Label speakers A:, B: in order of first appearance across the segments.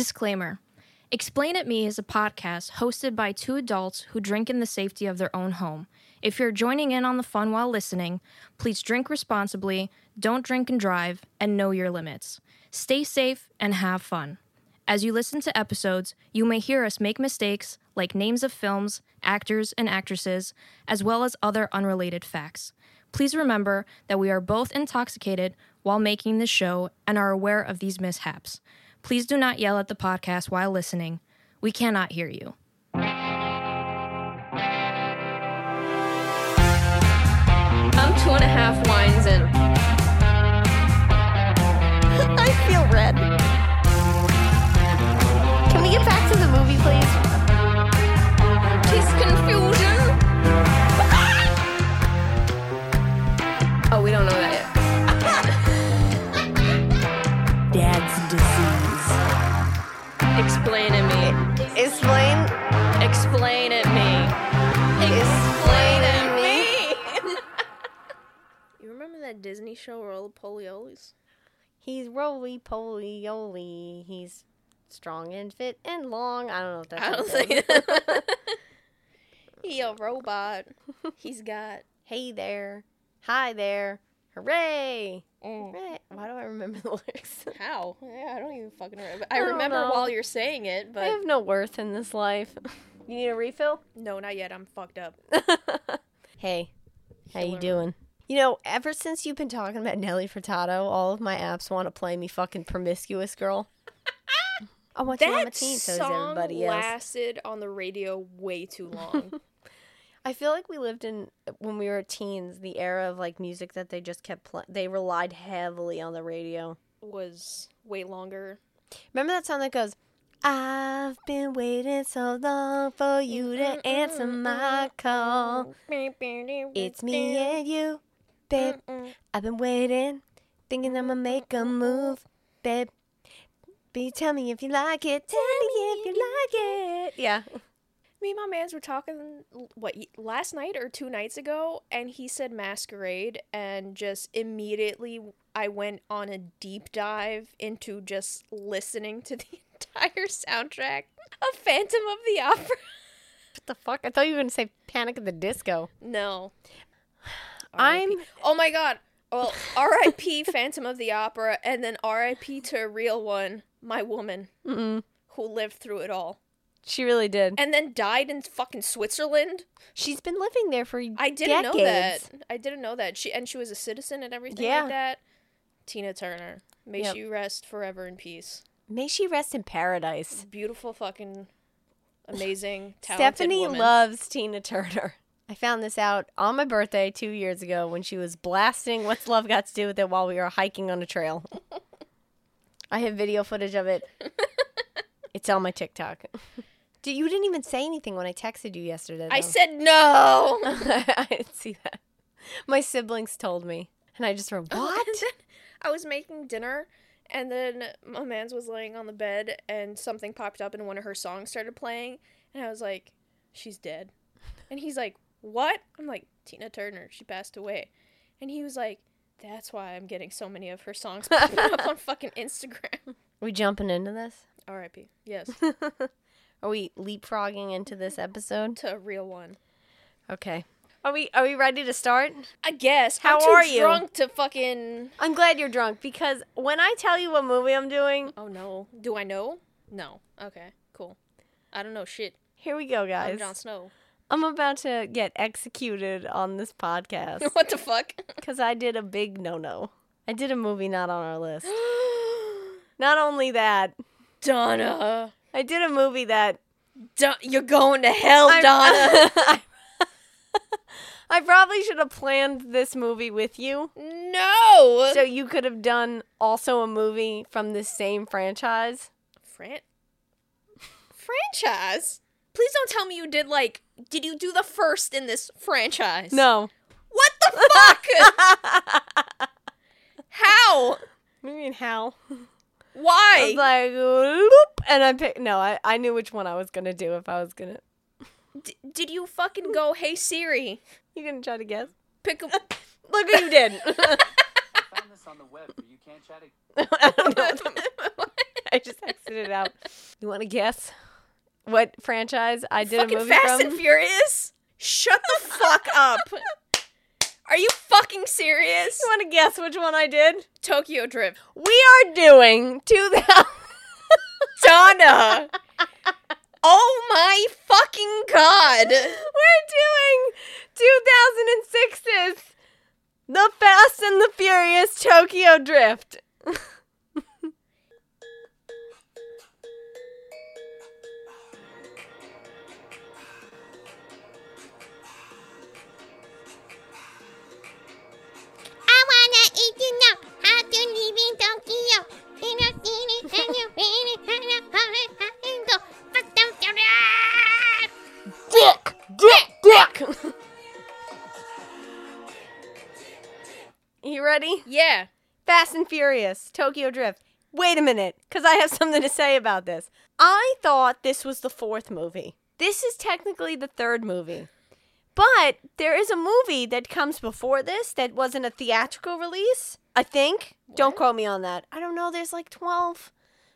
A: Disclaimer Explain It Me is a podcast hosted by two adults who drink in the safety of their own home. If you're joining in on the fun while listening, please drink responsibly, don't drink and drive, and know your limits. Stay safe and have fun. As you listen to episodes, you may hear us make mistakes like names of films, actors, and actresses, as well as other unrelated facts. Please remember that we are both intoxicated while making this show and are aware of these mishaps. Please do not yell at the podcast while listening. We cannot hear you. I'm two and a half wines in.
B: I feel red. Can we get back to the movie, please?
A: Kiss confusion. oh, we don't know that yet.
C: Dad's disease.
A: Explain it me.
B: Explain.
A: Explain it me. Explain it me. you remember that Disney show where all the polioles?
B: He's roly poly yoly. He's strong and fit and long. I don't know if that's.
A: I
B: what
A: don't
B: it
A: think.
B: said.
A: he a robot. He's got.
B: hey there. Hi there. Hooray!
A: Mm.
B: Hooray. Why do I remember the lyrics?
A: How? Yeah, I don't even fucking remember. I,
B: I don't
A: remember
B: know.
A: while you're saying it,
B: I
A: but
B: have no worth in this life. You need a refill?
A: no, not yet. I'm fucked up.
B: hey, how you
A: Killer.
B: doing? You know, ever since you've been talking about Nelly Furtado, all of my apps want to play me fucking promiscuous girl. I want you on my
A: That
B: team, so does
A: song
B: everybody else.
A: lasted on the radio way too long.
B: I feel like we lived in when we were teens, the era of like music that they just kept playing. They relied heavily on the radio.
A: was way longer.
B: Remember that song that goes, "I've been waiting so long for you to answer my call. It's me and you, babe. I've been waiting, thinking I'ma make a move, babe. Be tell me if you like it. Tell me if you like it. Yeah,
A: Me and my mans were talking what y- last night or two nights ago, and he said masquerade, and just immediately I went on a deep dive into just listening to the entire soundtrack of Phantom of the Opera.
B: what the fuck? I thought you were gonna say Panic at the Disco.
A: No,
B: I'm
A: Oh my god. Well, R.I.P. Phantom of the Opera, and then R.I.P. to a real one, my woman,
B: Mm-mm.
A: who lived through it all,
B: She really did.
A: and then died in fucking Switzerland.
B: She's been living there for
A: I
B: decades.
A: didn't know that. I didn't know that. She and she was a citizen and everything
B: Yeah.
A: like that. Tina Turner, may
B: Yep.
A: she rest forever in peace.
B: May she rest in paradise.
A: Beautiful, fucking, amazing, talented
B: Stephanie
A: woman.
B: loves Tina Turner. I found this out on my birthday two years ago when she was blasting "What's Love Got to Do with It" while we were hiking on a trail. I have video footage of it. it's on my TikTok. Dude, you didn't even say anything when I texted you yesterday.
A: I
B: though.
A: said no.
B: I didn't see that. My siblings told me, and I just
A: Oh,
B: wrote, "What?"
A: And then I was making dinner, and then my man's was laying on the bed, and something popped up, and one of her songs started playing, and I was like, "She's dead," and he's like, "What?" I'm like, "Tina Turner, she passed away," and he was like, "That's why I'm getting so many of her songs popping up on fucking Instagram."
B: we jumping into this?
A: R.I.P. Yes,
B: Are we leapfrogging into this episode?
A: to a real one.
B: Okay. Are we Are we ready to start?
A: I guess.
B: How
A: I'm too
B: are you?
A: Drunk to fucking.
B: I'm glad you're drunk because when I tell you what movie I'm doing,
A: Oh no. Do I know? No. Okay. Cool. I don't know shit.
B: here we go,
A: I'm
B: guys.
A: Jon Snow.
B: I'm about to get executed on this podcast
A: what the fuck?
B: because I did a big no no. I did a movie not on our list. Not only that,
A: Donna,
B: I did a movie that
A: Don- you're going to hell,
B: I-
A: Donna.
B: I, I probably should have planned this movie with you.
A: no.
B: So you could have done also a movie from this same franchise.
A: Fran- franchise. Please don't tell me you did like. Did you do the first in this franchise?
B: No.
A: What the fuck? How?
B: I mean, how? I
A: Why?
B: was like, "Loop," and I picked. No, I, I knew which one I was gonna do if I was gonna.
A: D- did you fucking go? Hey Siri,
B: You gonna try to guess?
A: pick a.
B: Look what you did.
D: found this on the web, but you can't chat it.
B: I don't know. what the- I just exited out. You want to guess what franchise I did
A: fucking
B: a movie from?
A: Fast and Furious? Shut the fuck up. Are you fucking serious?
B: you want to guess which one I did?
A: Tokyo Drift.
B: We are doing 2000.
A: Donna. oh my fucking god.
B: We're doing 2006's The Fast and the Furious Tokyo Drift.
E: I wanna eat you now. How to live in Tokyo. In a city and you really kinda hurry, hurry, go. Fuck them, children.
B: Dick! Dick! Dick! you ready?
A: Yeah.
B: Fast and Furious, Tokyo Drift. Wait a minute, because I have something to say about this. I thought this was the fourth movie. This is technically the third movie. But there is a movie that comes before this that wasn't a theatrical release, I think. Don't quote me on that. I don't know. There's like 12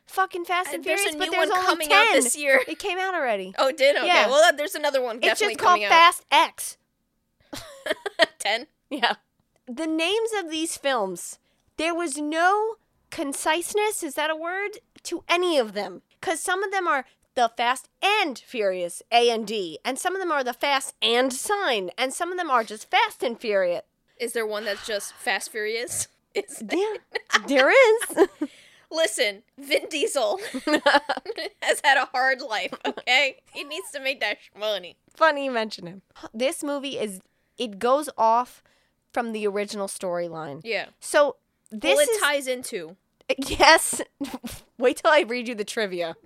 B: fucking Fast
A: Uh,
B: and
A: there's a
B: Furious, but
A: new
B: there's
A: one
B: only
A: coming
B: 10.
A: out this year.
B: It came out already.
A: Oh, it did? Okay.
B: Yeah.
A: Well, there's another one
B: it's
A: definitely
B: just called
A: coming
B: Fast X.
A: out. 10.
B: Yeah. The names of these films, there was no conciseness, is that a word? To any of them. Because some of them are the fast and furious, A and D. And some of them are the fast and sign. And some of them are just fast and furious.
A: Is there one that's just Fast Furious? It's,
B: Yeah, there is.
A: listen, Vin Diesel has had a hard life, okay? He needs to make that sh- money.
B: Funny you mention him. This movie is, it goes off from the original storyline.
A: Yeah.
B: So this
A: well, it
B: is,
A: ties into.
B: yes. Wait till I read you the trivia.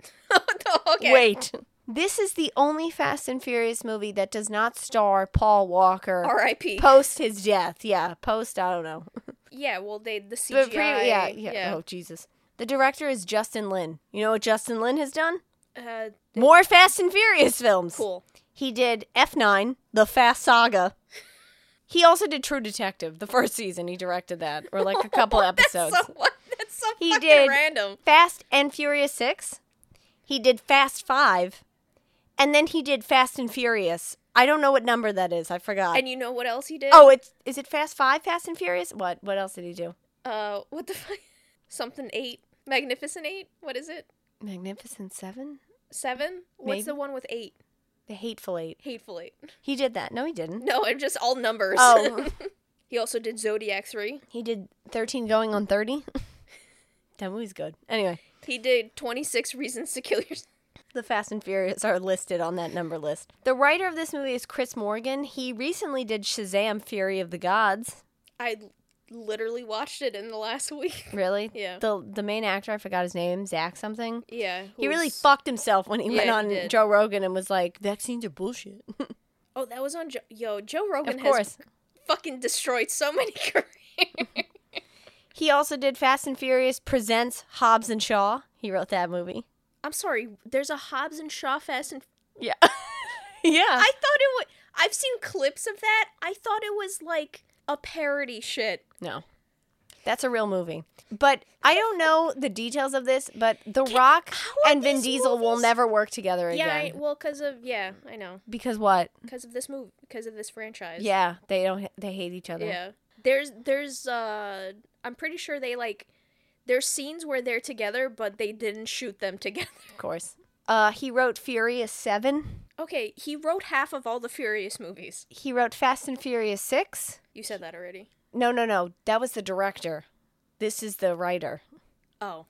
A: okay.
B: Wait. This is the only Fast and Furious movie that does not star Paul Walker
A: R.I.P.
B: post his death. Yeah, post, I don't know.
A: yeah, well, they the CGI.
B: But pre- yeah, yeah, Oh, Jesus. The director is Justin Lin. You know what Justin Lin has done?
A: Uh,
B: More Fast and Furious films.
A: cool.
B: He did F9, The Fast Saga. He also did True Detective, the first season. He directed that, or like a couple episodes.
A: That's so, what? That's so
B: He
A: fucking
B: did.
A: random.
B: Fast and Furious 6. He did Fast 5. And then he did Fast and Furious. I don't know what number that is. I forgot.
A: And you know what else he did?
B: Uh, oh, it's is it Fast 5 Fast and Furious? What what else did he do?
A: Uh, what the fuck? Something eight. Magnificent eight? What is it?
B: Magnificent 7?
A: Seven? What's
B: Maybe.
A: the one with eight?
B: The Hateful 8.
A: Hateful eight.
B: He did that. No, he didn't.
A: No, I'm just all numbers.
B: Oh.
A: he also did Zodiac three.
B: He did 13 going on 30. that movie's good. Anyway,
A: He did 26 reasons to kill yourself.
B: the Fast and Furious are listed on that number list. The writer of this movie is Chris Morgan. He recently did Shazam Fury of the Gods.
A: I literally watched it in the last week.
B: Really?
A: Yeah.
B: The the main actor, I forgot his name, Zach something.
A: Yeah.
B: He really
A: who's-
B: fucked himself when he
A: Yeah,
B: went
A: he
B: on
A: did.
B: Joe Rogan and was like, "Vaccines are bullshit."
A: Oh, that was on Joe. Yo, Joe Rogan
B: of
A: has
B: course.
A: fucking destroyed so many careers.
B: He also did Fast and Furious presents Hobbs and Shaw. He wrote that movie.
A: I'm sorry. There's a Hobbs and Shaw Fast and
B: Yeah. yeah.
A: I thought it was. I've seen clips of that. I thought it was like a parody shit.
B: no. That's a real movie. But I don't know the details of this, but The Rock
A: are
B: and Vin
A: these
B: Diesel will
A: movies-
B: never work together again.
A: Yeah, I, well, because of yeah, I know,
B: because what?
A: because of this movie, because of this franchise.
B: Yeah, they don't they hate each other.
A: yeah. There's there's uh, I'm pretty sure they like, there's scenes where they're together, but they didn't shoot them together.
B: Of course. Uh he wrote Furious 7.
A: Okay, he wrote half of all the Furious movies.
B: He wrote Fast and Furious 6.
A: You said that already.
B: No, no, no. That was the director. This is the writer.
A: Oh,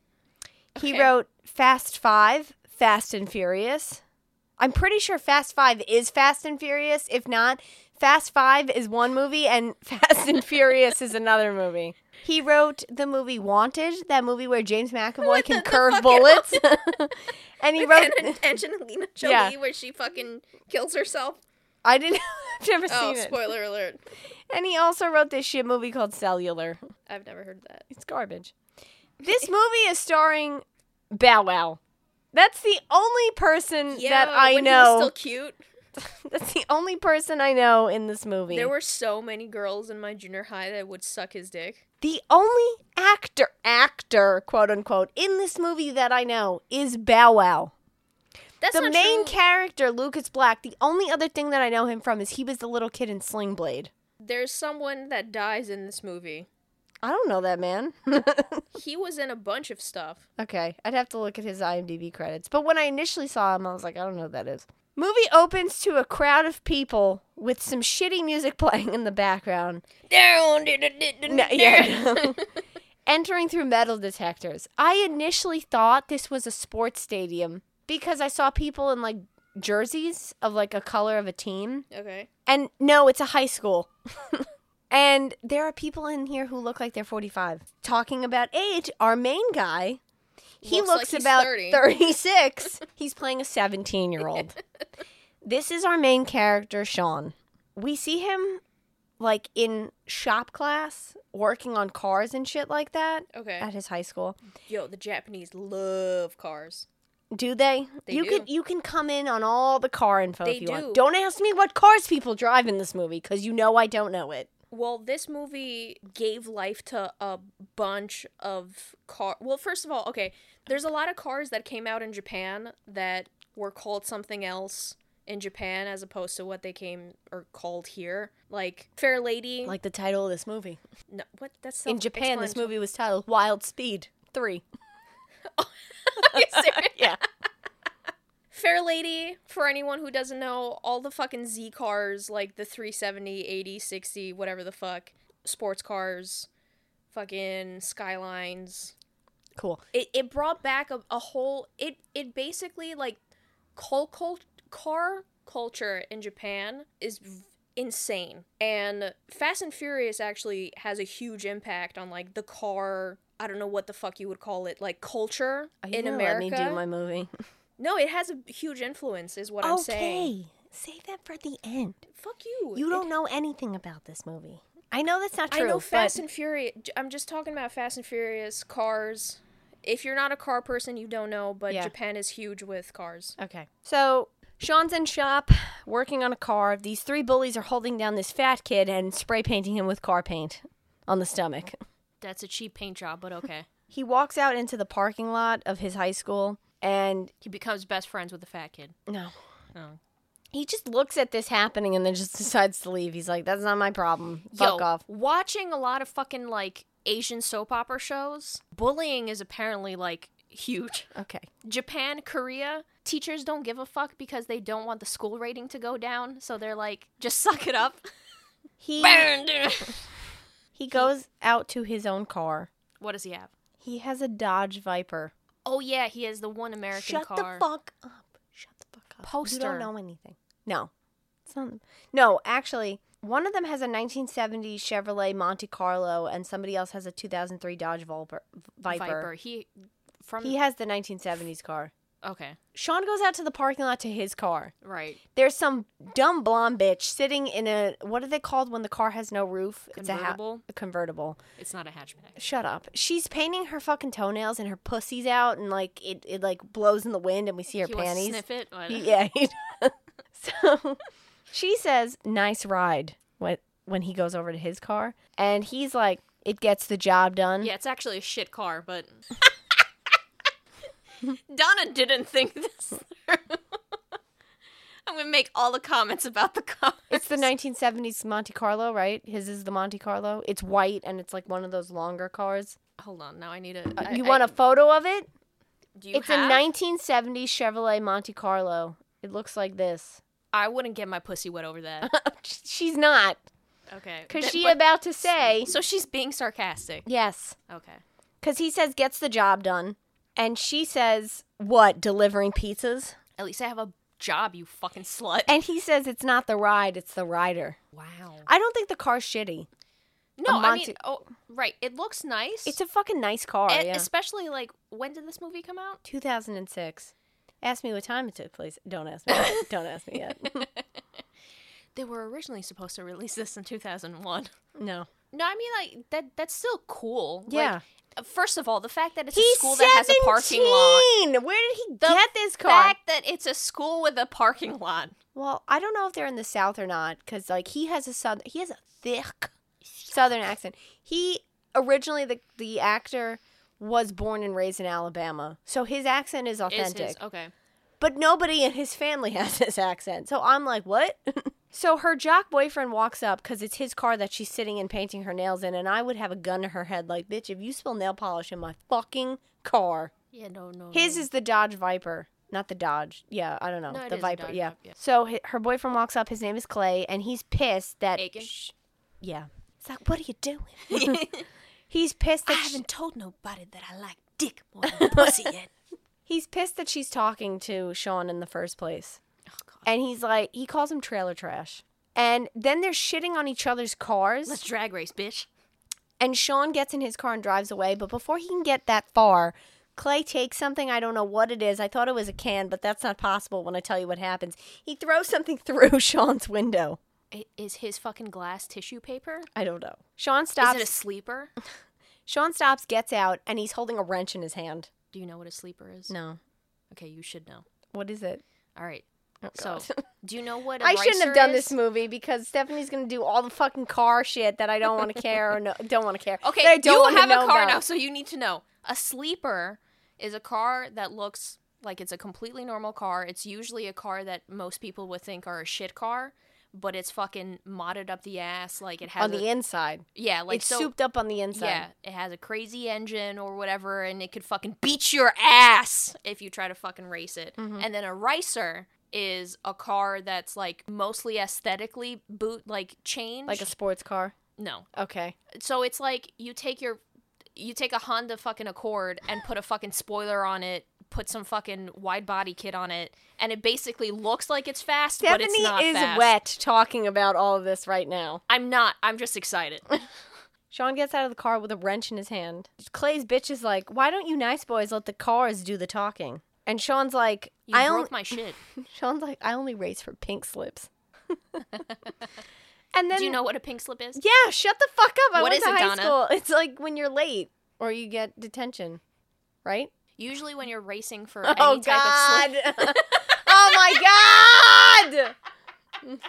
B: He
A: Okay.
B: wrote Fast Five, Fast and Furious. I'm pretty sure Fast Five is Fast and Furious. If not, Fast Five is one movie and Fast and Furious is another movie. He wrote the movie Wanted, that movie where James McAvoy can curve bullets. and he wrote.
A: and Angelina Jolie,
B: Yeah.
A: where she fucking kills herself.
B: I didn't. I've never
A: Oh,
B: seen it.
A: spoiler alert!
B: And he also wrote this shit movie called Cellular.
A: I've never heard that.
B: It's garbage. This movie is starring Bow Wow. That's the only person that I
A: when
B: know.
A: He was still cute.
B: That's the only person I know in this movie.
A: There were so many girls in my junior high that would suck his dick.
B: The only actor, actor, quote unquote, in this movie that I know is Bow Wow.
A: That's
B: the
A: not
B: main
A: true.
B: character, Lucas Black, the only other thing that I know him from is he was the little kid in Sling Blade.
A: There's someone that dies in this movie.
B: I don't know that man.
A: He was in a bunch of stuff.
B: okay, I'd have to look at his IMDb credits. But when I initially saw him, I was like, I don't know who that is. Movie opens to a crowd of people with some shitty music playing in the background. No, yeah. Entering through metal detectors. I initially thought this was a sports stadium because I saw people in like jerseys of like a color of a team.
A: Okay.
B: And no, it's a high school. and there are people in here who look like they're 45. Talking about age, our main guy, he
A: Looks
B: looks,
A: like he's
B: about
A: 30.
B: 36. he's playing a 17 year old. this is our main character, Sean. We see him like in shop class, working on cars and shit like that
A: Okay.
B: at his high school.
A: Yo, the Japanese love cars.
B: Do they?
A: They
B: you
A: do.
B: can you can come in on all the car info
A: They
B: if you
A: do.
B: want. Don't ask me what cars people drive in this movie cuz you know I don't know it.
A: Well, this movie gave life to a bunch of car. Well, first of all, okay, there's a lot of cars that came out in Japan that were called something else in Japan as opposed to what they came or called here. Like Fair Lady.
B: Like the title of this movie.
A: no, what? That's
B: In Japan, this
A: self-explanatory.
B: movie was titled Wild Speed 3.
A: Are you serious?
B: Yeah.
A: Fair Lady, for anyone who doesn't know, all the fucking Z cars, like the 370, 80, 60, whatever the fuck, sports cars, fucking Skylines.
B: Cool.
A: It, it brought back a, a whole. It, it basically, like, cul- cul- car culture in Japan is v- insane. And Fast and Furious actually has a huge impact on, like, the car. I don't know what the fuck you would call it, like culture
B: You
A: in
B: know,
A: America.
B: Let me do my movie.
A: No, it has a huge influence, is what I'm saying.
B: Save that for the end.
A: Fuck you.
B: You
A: It-
B: don't know anything about this movie. I know that's not
A: I
B: true.
A: know Fast
B: but
A: and Furious. I'm just talking about Fast and Furious cars. If you're not a car person, you don't know, but
B: Yeah.
A: Japan is huge with cars.
B: Okay. So Sean's in shop working on a car. These three bullies are holding down this fat kid and spray painting him with car paint on the stomach.
A: That's a cheap paint job, but okay.
B: He walks out into the parking lot of his high school and
A: He becomes best friends with the fat kid.
B: no.
A: Oh.
B: He just looks at this happening and then just decides to leave. He's like, that's not my problem. Fuck
A: Yo,
B: off.
A: Watching a lot of fucking like Asian soap opera shows, bullying is apparently like huge.
B: Okay.
A: Japan, Korea, teachers don't give a fuck because they don't want the school rating to go down, so they're like, just suck it up.
B: He he goes out to his own car.
A: What does he have?
B: He has a Dodge Viper.
A: Oh yeah, he has the one American
B: Shut
A: car.
B: the fuck up. Shut the fuck up. You
A: Poster.
B: don't know anything. No. It's not, no, actually, one of them has a 1970 Chevrolet Monte Carlo, and somebody else has a 2003 Dodge Vulper, Viper.
A: He from
B: He has the 1970s car.
A: okay,
B: Sean goes out to the parking lot to his car.
A: right.
B: There's some dumb blonde bitch sitting in a what are they called when the car has no roof?
A: Convertible?
B: It's a, ha- a convertible.
A: It's not a hatchback.
B: Shut up. She's painting her fucking toenails and her pussy's out and like it, it like blows in the wind and we see her
A: He wants to
B: panties.
A: sniff it. What?
B: Yeah. he does. so she says, "Nice ride." When when he goes over to his car, and he's like, "It gets the job done."
A: Yeah, it's actually a shit car, but Donna didn't think this. through. I'm gonna make all the comments about the car.
B: It's the 1970s Monte Carlo, right? His is the Monte Carlo. It's white and it's like one of those longer cars.
A: Hold on, now I need a.
B: Uh,
A: I-
B: you
A: I-
B: want a photo of it?
A: Do you
B: It's
A: have?
B: a 1970 Chevrolet Monte Carlo. It looks like this.
A: I wouldn't get my pussy wet over that.
B: She's not,
A: Okay,
B: because
A: Th-
B: she
A: but-
B: about to say
A: So she's being sarcastic.
B: yes.
A: Okay.
B: Because he says gets the job done. And she says, what, delivering pizzas?
A: At least I have a job, you fucking slut.
B: And he says it's not the ride, it's the rider.
A: Wow.
B: I don't think the car's shitty.
A: No, I mean,
B: Monte-
A: oh, right. It looks nice.
B: It's a fucking nice car,
A: And
B: yeah.
A: especially like when did this movie come out?
B: 2006. Ask me what time it took place. Don't ask me. don't ask me yet.
A: They were originally supposed to release this in 2001.
B: No.
A: No, I mean like that that's still cool.
B: Yeah.
A: Like, first of all, the fact that it's
B: He's
A: a school that has a parking lot.
B: 17! Where did he
A: The
B: get this car?
A: fact that it's a school with a parking lot.
B: Well, I don't know if they're in the South or not, because like he has a southern, he has a thick Southern accent. He originally the the actor was born and raised in Alabama, so his accent is
A: Is
B: authentic.
A: his okay?
B: But nobody in his family has his accent, so I'm like, what? so her jock boyfriend walks up because it's his car that she's sitting and painting her nails in, and I would have a gun to her head, like, bitch, if you spill nail polish in my fucking car,
A: Yeah, no, no.
B: his is the Dodge Viper, not the Dodge. Yeah, I don't know.
A: No, it
B: the
A: is a
B: Viper,
A: Dodge
B: yeah.
A: Viper, yeah.
B: So hi her boyfriend walks up. His name is Clay, and he's pissed that.
A: Aiken?
B: sh- yeah. It's like, what are you doing? he's pissed that. sh-
A: told nobody that I like dick more.
B: he's pissed that she's talking to Sean in the first place.
A: oh god.
B: And he's like, he calls him trailer trash. And then they're shitting on each other's cars.
A: Let's drag race, bitch.
B: And Sean gets in his car and drives away. But before he can get that far, Clay takes something. I don't know what it is. I thought it was a can, but that's not possible when I tell you what happens. He throws something through Sean's window.
A: I- Is his fucking glass tissue paper?
B: I don't know. Sean stops.
A: Is it a sleeper?
B: Sean stops, gets out, and he's holding a wrench in his hand.
A: Do you know what a sleeper is?
B: No.
A: Okay, you should know.
B: What is it?
A: All right. so, do you know what I
B: Oh, I shouldn't have done this movie because Stephanie's gonna do all the fucking car shit that I don't want to care or no, don't want to care.
A: Okay,
B: that I don't
A: you
B: wanna
A: have a
B: know
A: car
B: about.
A: now, so you need to know. A sleeper is a car that looks like it's a completely normal car. It's usually a car that most people would think are a shit car, but it's fucking modded up the ass. Like it has
B: on
A: a-
B: the inside.
A: yeah, like
B: it's
A: so,
B: souped up on the inside.
A: Yeah, it has a crazy engine or whatever, and it could fucking beat your ass if you try to fucking race it.
B: Mm-hmm.
A: And then a ricer is a car that's like mostly aesthetically boot like changed.
B: like a sports car.
A: no,
B: Okay.
A: so it's like you take your you take a Honda fucking Accord and put a fucking spoiler on it, put some fucking wide body kit on it, and it basically looks like it's fast, but it's not
B: Stephanie is
A: fast.
B: wet talking about all of this right now.
A: I'm not. I'm just excited.
B: Sean gets out of the car with a wrench in his hand. Clay's bitch is like, "Why don't you nice boys let the cars do the talking?" And Sean's like,
A: You
B: "I
A: broke
B: only."
A: my shit.
B: Sean's like, "I only race for pink slips." and then
A: Do you know what a pink slip is?
B: Yeah, shut the fuck up. I
A: What
B: went
A: is
B: to
A: it,
B: high
A: Donna?
B: school. It's like when you're late or you get detention, right?
A: Usually when you're racing for any
B: Oh
A: type of slip.
B: God! oh my God!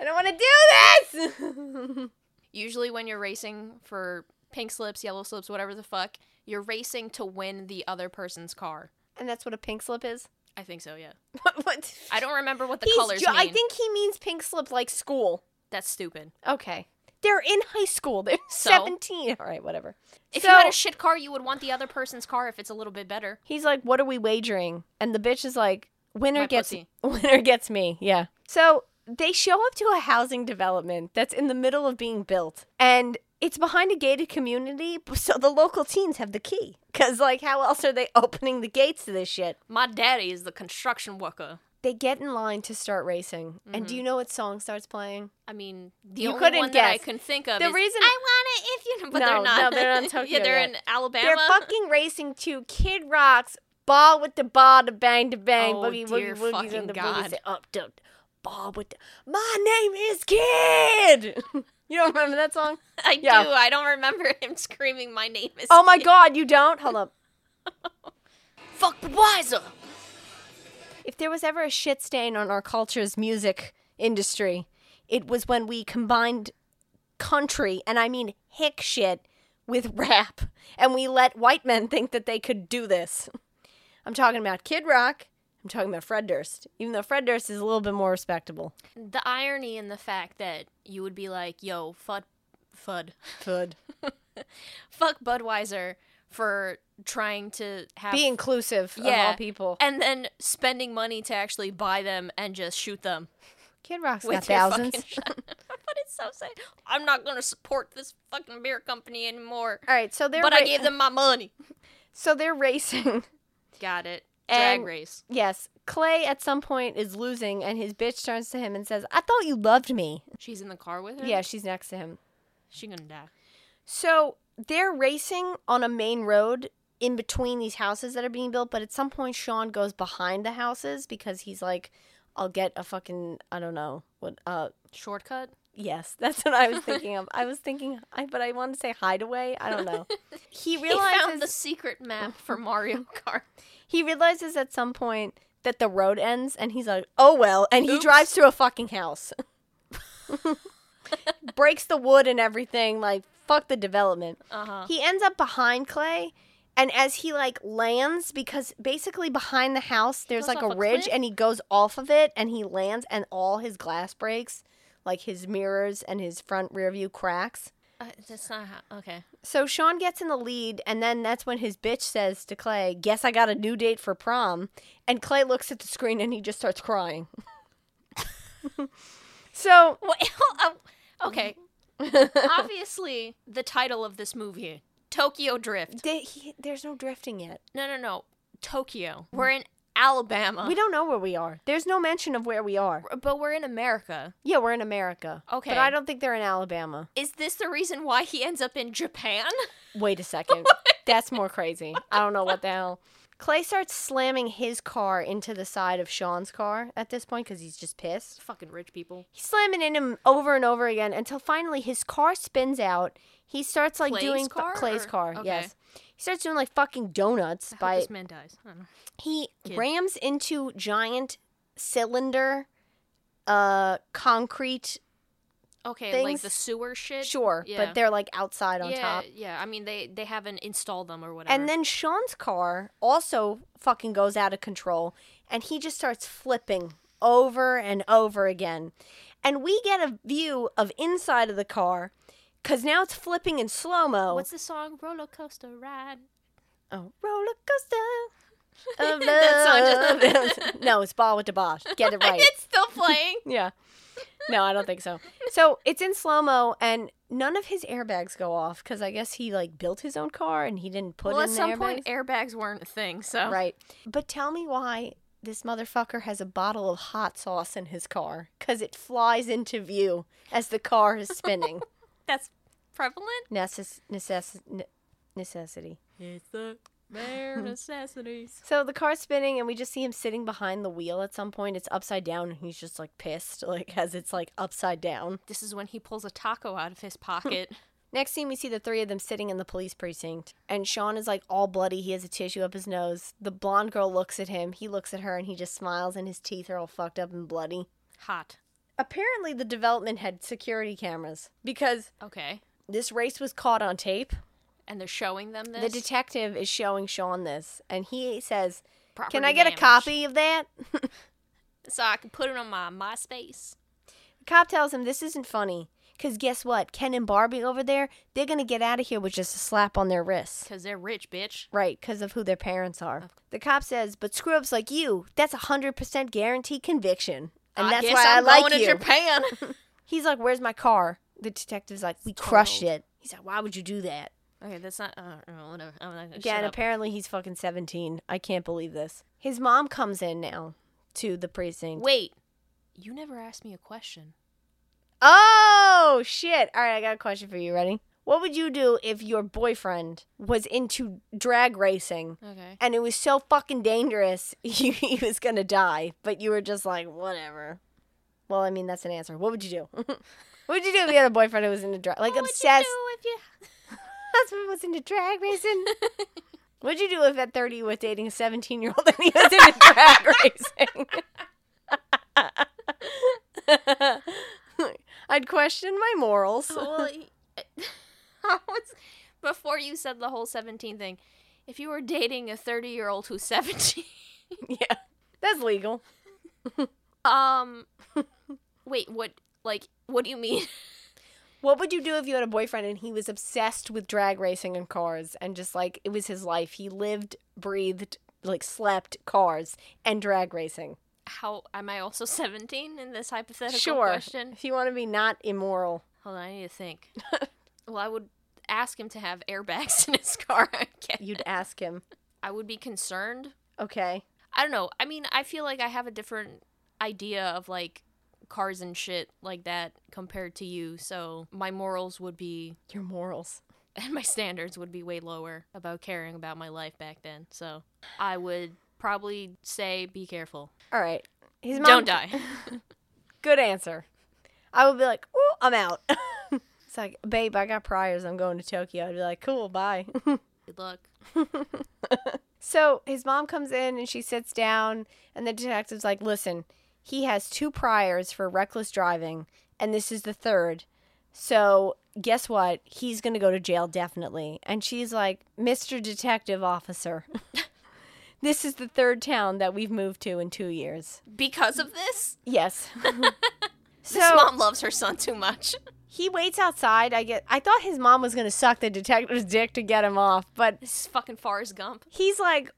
B: I don't want to do this.
A: Usually when you're racing for pink slips, yellow slips, whatever the fuck, you're racing to win the other person's car.
B: and that's what a pink slip is.
A: I think so, yeah.
B: What? what?
A: I don't remember what the
B: He's
A: colors
B: ju-
A: mean.
B: I think he means pink slip like school.
A: that's stupid.
B: Okay. They're in high school. They're
A: So?
B: 17. All right, whatever.
A: If
B: So-
A: you had a shit car, you would want the other person's car if it's a little bit better.
B: He's like, "What are we wagering?" And the bitch is like, "Winner
A: My
B: gets
A: pussy.
B: winner gets me." Yeah. So they show up to a housing development that's in the middle of being built, and it's behind a gated community. So the local teens have the key, because like, how else are they opening the gates to this shit?
A: My daddy is the construction worker.
B: They get in line to start racing, and
A: Mm-hmm.
B: do you know what song starts playing?
A: I mean, the
B: You
A: only
B: couldn't
A: one that I
B: guess.
A: can think of
B: The
A: is,
B: reason-
A: I want it if you know, but
B: No,
A: they're not.
B: no, they're not in Tokyo
A: yeah, they're
B: yet.
A: in Alabama.
B: They're fucking racing to Kid Rock's "Ball with the Ball to Bang to Bang."
A: Oh,
B: boogie
A: dear
B: woogie woogies
A: fucking
B: and the
A: God.
B: boogies say, up up. Ball with the. My name is Kid. you don't remember that song?
A: I
B: Yeah.
A: do. I don't remember him screaming my name is
B: Oh my God, you don't. Hold up.
A: fuck Budweiser.
B: If there was ever a shit stain on our culture's music industry, it was when we combined country, and I mean hick shit, with rap. And we let white men think that they could do this. I'm talking about Kid Rock. I'm talking about Fred Durst, even though Fred Durst is a little bit more respectable.
A: The irony in the fact that you would be like, "Yo, fud, fud,
B: Good.
A: fuck Budweiser for trying to have
B: Be inclusive of
A: Yeah.
B: all people.
A: and then spending money to actually buy them and just shoot them."
B: Kid Rock's got
A: with your fucking
B: thousands.
A: shot. but it's so sad. I'm not gonna support this fucking beer company anymore.
B: All right, so they're
A: But
B: ra-
A: I gave them my money.
B: so they're racing.
A: Got it. Drag
B: And-
A: race.
B: Yes, Clay at some point is losing, and his bitch turns to him and says, "I thought you loved me."
A: She's in the car with her.
B: Yeah, she's next to him.
A: she gonna die.
B: So they're racing on a main road in between these houses that are being built, but at some point Sean goes behind the houses because he's like, I'll get a fucking I don't know what uh
A: Shortcut.
B: yes, that's what I was thinking of. I was thinking I but I wanted to say hideaway. I don't know. He realizes
A: He found the secret map for Mario Kart.
B: he realizes at some point that the road ends and he's like, oh well. And he
A: Oops.
B: drives through a fucking house, breaks the wood and everything. Like, fuck the development.
A: Uh-huh.
B: He ends up behind Clay, and as he like lands, because basically behind the house there's
A: goes
B: like a
A: off a
B: ridge,
A: cliff?
B: and he goes off of it, and he lands, and all his glass breaks, like his mirrors and his front rear view cracks.
A: Uh, that's not how. Okay.
B: So Sean gets in the lead, and then that's when his bitch says to Clay, "Guess I got a new date for prom." And Clay looks at the screen, and he just starts crying. so
A: Well, um, okay. Mm-hmm. Obviously, the title of this movie, Tokyo Drift.
B: they, he, there's no drifting yet.
A: No, no, no. Tokyo. We're in Alabama.
B: We don't know where we are. There's no mention of where we are.
A: but we're in America.
B: Yeah, we're in America.
A: Okay.
B: But I don't think they're in Alabama.
A: Is this the reason why he ends up in Japan?
B: Wait a second. That's more crazy. I don't know what the hell. Clay starts slamming his car into the side of Sean's car at this point because he's just pissed.
A: Fucking rich people.
B: He's slamming in him over and over again until finally his car spins out. He starts like
A: Clay's
B: doing fu-
A: car,
B: Clay's
A: or-
B: car.
A: okay.
B: Yes. He starts doing like fucking donuts
A: I
B: by
A: hope this man dies. I don't know.
B: he rams into giant cylinder uh concrete
A: Okay, like
B: Things-
A: the sewer shit.
B: Sure,
A: Yeah.
B: but they're like outside on
A: yeah,
B: top.
A: yeah. I mean, they they haven't installed them or whatever.
B: And then Sean's car also fucking goes out of control and he just starts flipping over and over again. And we get a view of inside of the car cuz now it's flipping in slow-mo.
A: what's the song? Roller coaster ride.
B: oh, roller coaster. Of
A: That song
B: love. no, it's ball with the boss. Get it right.
A: It's still playing.
B: yeah. No, I don't think so. So it's in slow mo, and none of his airbags go off because I guess he like built his own car and he didn't put
A: well,
B: in
A: at
B: the
A: some
B: airbags.
A: point, airbags weren't a thing. So
B: right. But tell me why this motherfucker has a bottle of hot sauce in his car because it flies into view as the car is spinning.
A: that's prevalent.
B: Necess- necess- ne- necessity.
A: It's a bare necessities.
B: So the car's spinning, and we just see him sitting behind the wheel at some point. It's upside down, and he's just like pissed, like as it's like upside down.
A: This is when he pulls a taco out of his pocket.
B: Next scene, we see the three of them sitting in the police precinct, and Sean is like all bloody. He has a tissue up his nose. The blonde girl looks at him. He looks at her, and he just smiles, and his teeth are all fucked up and bloody.
A: Hot.
B: Apparently, the development had security cameras because
A: Okay.
B: this race was caught on tape.
A: And they're showing them this.
B: The detective is showing Sean this, and he says,
A: Property
B: Can I get a
A: damage.
B: copy of that?
A: So I can put it on my MySpace.
B: The cop tells him this isn't funny. Because guess what? Ken and Barbie over there, they're going to get out of here with just a slap on their wrists.
A: Because they're rich, bitch.
B: Right, because of who their parents are. The cop says, but screw ups like you, that's a 100% guaranteed conviction. And
A: I
B: that's
A: guess
B: why i
A: I'm
B: like
A: going
B: you.
A: to Japan.
B: He's like, where's my car? The detective's like, we crushed it. He's like, why would you do that?
A: okay, that's not. Uh, uh, whatever. I'm not gonna
B: yeah,
A: shut
B: and
A: up.
B: apparently he's fucking 17. I can't believe this. His mom comes in now to the precinct.
A: Wait. You never asked me a question.
B: Oh, shit. All right, I got a question for you. Ready? What would you do if your boyfriend was into drag racing
A: Okay.
B: and it was so fucking dangerous he, he was gonna die but you were just like whatever well i mean that's an answer what would you do what would you do if you had a boyfriend who was into drag like obsessed
A: What would you
B: husband was into drag racing what would you do if at 30 you was dating a 17 year old and he was into drag racing i'd question my morals
A: do if you. Well, y- I was- before you said the whole 17 thing, if you were dating a 30 year old who's 17,
B: yeah that's legal
A: um, wait, what? Like, what do you mean?
B: What would you do if you had a boyfriend and he was obsessed with drag racing and cars and just like it was his life? He lived, breathed, like slept cars and drag racing.
A: How am I also 17 in this hypothetical
B: Sure.
A: question?
B: If you want to be not immoral.
A: Hold on, I need to think. well, I would ask him to have airbags in his car. I guess.
B: You'd ask him.
A: I would be concerned.
B: Okay.
A: I don't know. I mean, I feel like I have a different idea of like cars and shit like that compared to you. So my morals would be
B: Your morals.
A: and my standards would be way lower about caring about my life back then. So I would probably say be careful.
B: All right. His
A: Don't die.
B: Good answer. I would be like, oh, I'm out. it's like, babe, I got priors. I'm going to Tokyo. I'd be like, cool, bye.
A: Good luck.
B: So his mom comes in and she sits down, and the detective's like, "Listen, he has two priors for reckless driving, and this is the third. So guess what? He's gonna go to jail definitely. And she's like, Mr. Detective Officer. This is the third town that we've moved to in two years.
A: Because of this?
B: Yes. so
A: This mom loves her son too much.
B: he waits outside. I get. I thought his mom was gonna suck the detective's dick to get him off, but
A: This is fucking Forrest Gump.
B: he's like,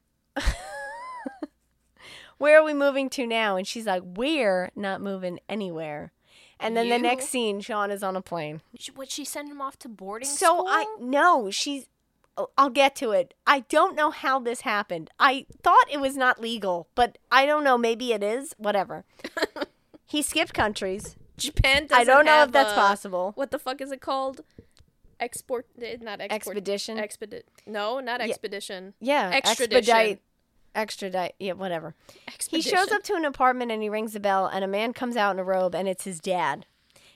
B: "Where are we moving to now?" And she's like, "We're not moving anywhere." And then the
A: You?
B: next scene, Sean is on a plane.
A: Sh- Would she send him off to boarding
B: So
A: school?
B: I no, she's. oh, I'll get to it. I don't know how this happened. I thought it was not legal, but I don't know. Maybe it is. Whatever. he skipped countries.
A: Japan
B: I
A: doesn't
B: don't know if
A: have
B: that's
A: a-
B: possible.
A: What the fuck is it called? Export? eh, Not export.
B: Expedition.
A: Expedit. No, not expedition.
B: yeah.
A: Extradition.
B: Expedite. Extradite. Yeah. Whatever. He
A: Expedition.
B: shows up to an apartment and he rings the bell, and a man comes out in a robe, and it's his dad.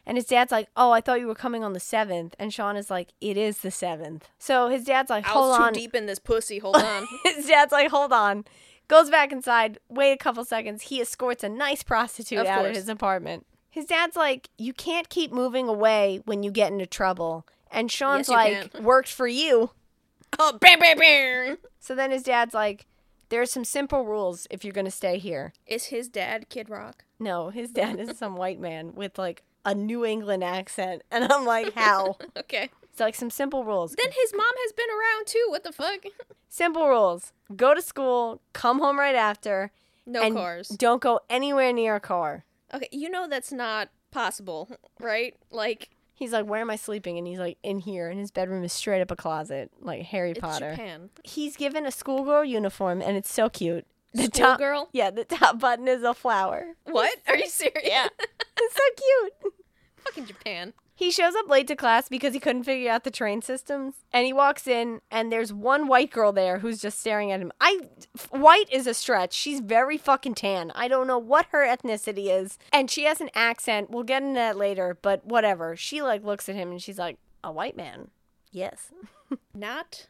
B: And his dad's like, "Oh, I thought you were coming on the 7th. And Sean is like, "It is the 7th. So his dad's like,
A: I
B: "Hold
A: was
B: on."
A: too deep in this pussy. Hold on.
B: His dad's like, "Hold on." Goes back inside. Wait a couple seconds. He escorts a nice prostitute
A: Of
B: out of
A: course.
B: his apartment. His dad's like, "You can't keep moving away when you get into trouble." And Sean's
A: you
B: like,
A: can.
B: "Worked for you."
A: oh, bam, bam, bam.
B: So then his dad's like, "There's some simple rules if you're going to stay here."
A: Is his dad Kid Rock?
B: No, his dad is some white man with like a New England accent. And I'm like, how?
A: Okay.
B: It's like some simple rules.
A: Then his mom has been around too. What the fuck?
B: Simple rules go to school, come home right after,
A: No
B: and
A: cars.
B: don't go anywhere near a car.
A: Okay, you know that's not possible, right? Like
B: He's like, where am I sleeping? And he's like, in here. And his bedroom is straight up a closet, like Harry
A: it's
B: Potter.
A: Japan.
B: He's given a schoolgirl uniform, and it's so cute. The top,
A: Schoolgirl?
B: yeah, the top button is a flower.
A: What? Are you serious? Yeah.
B: It's so cute.
A: Fucking Japan.
B: He shows up late to class because he couldn't figure out the train systems. And he walks in, and there's one white girl there who's just staring at him. I, f- white is a stretch. She's very fucking tan. I don't know what her ethnicity is. And she has an accent. We'll get into that later, but whatever. She, like, looks at him and she's like, a white man. Yes.
A: Not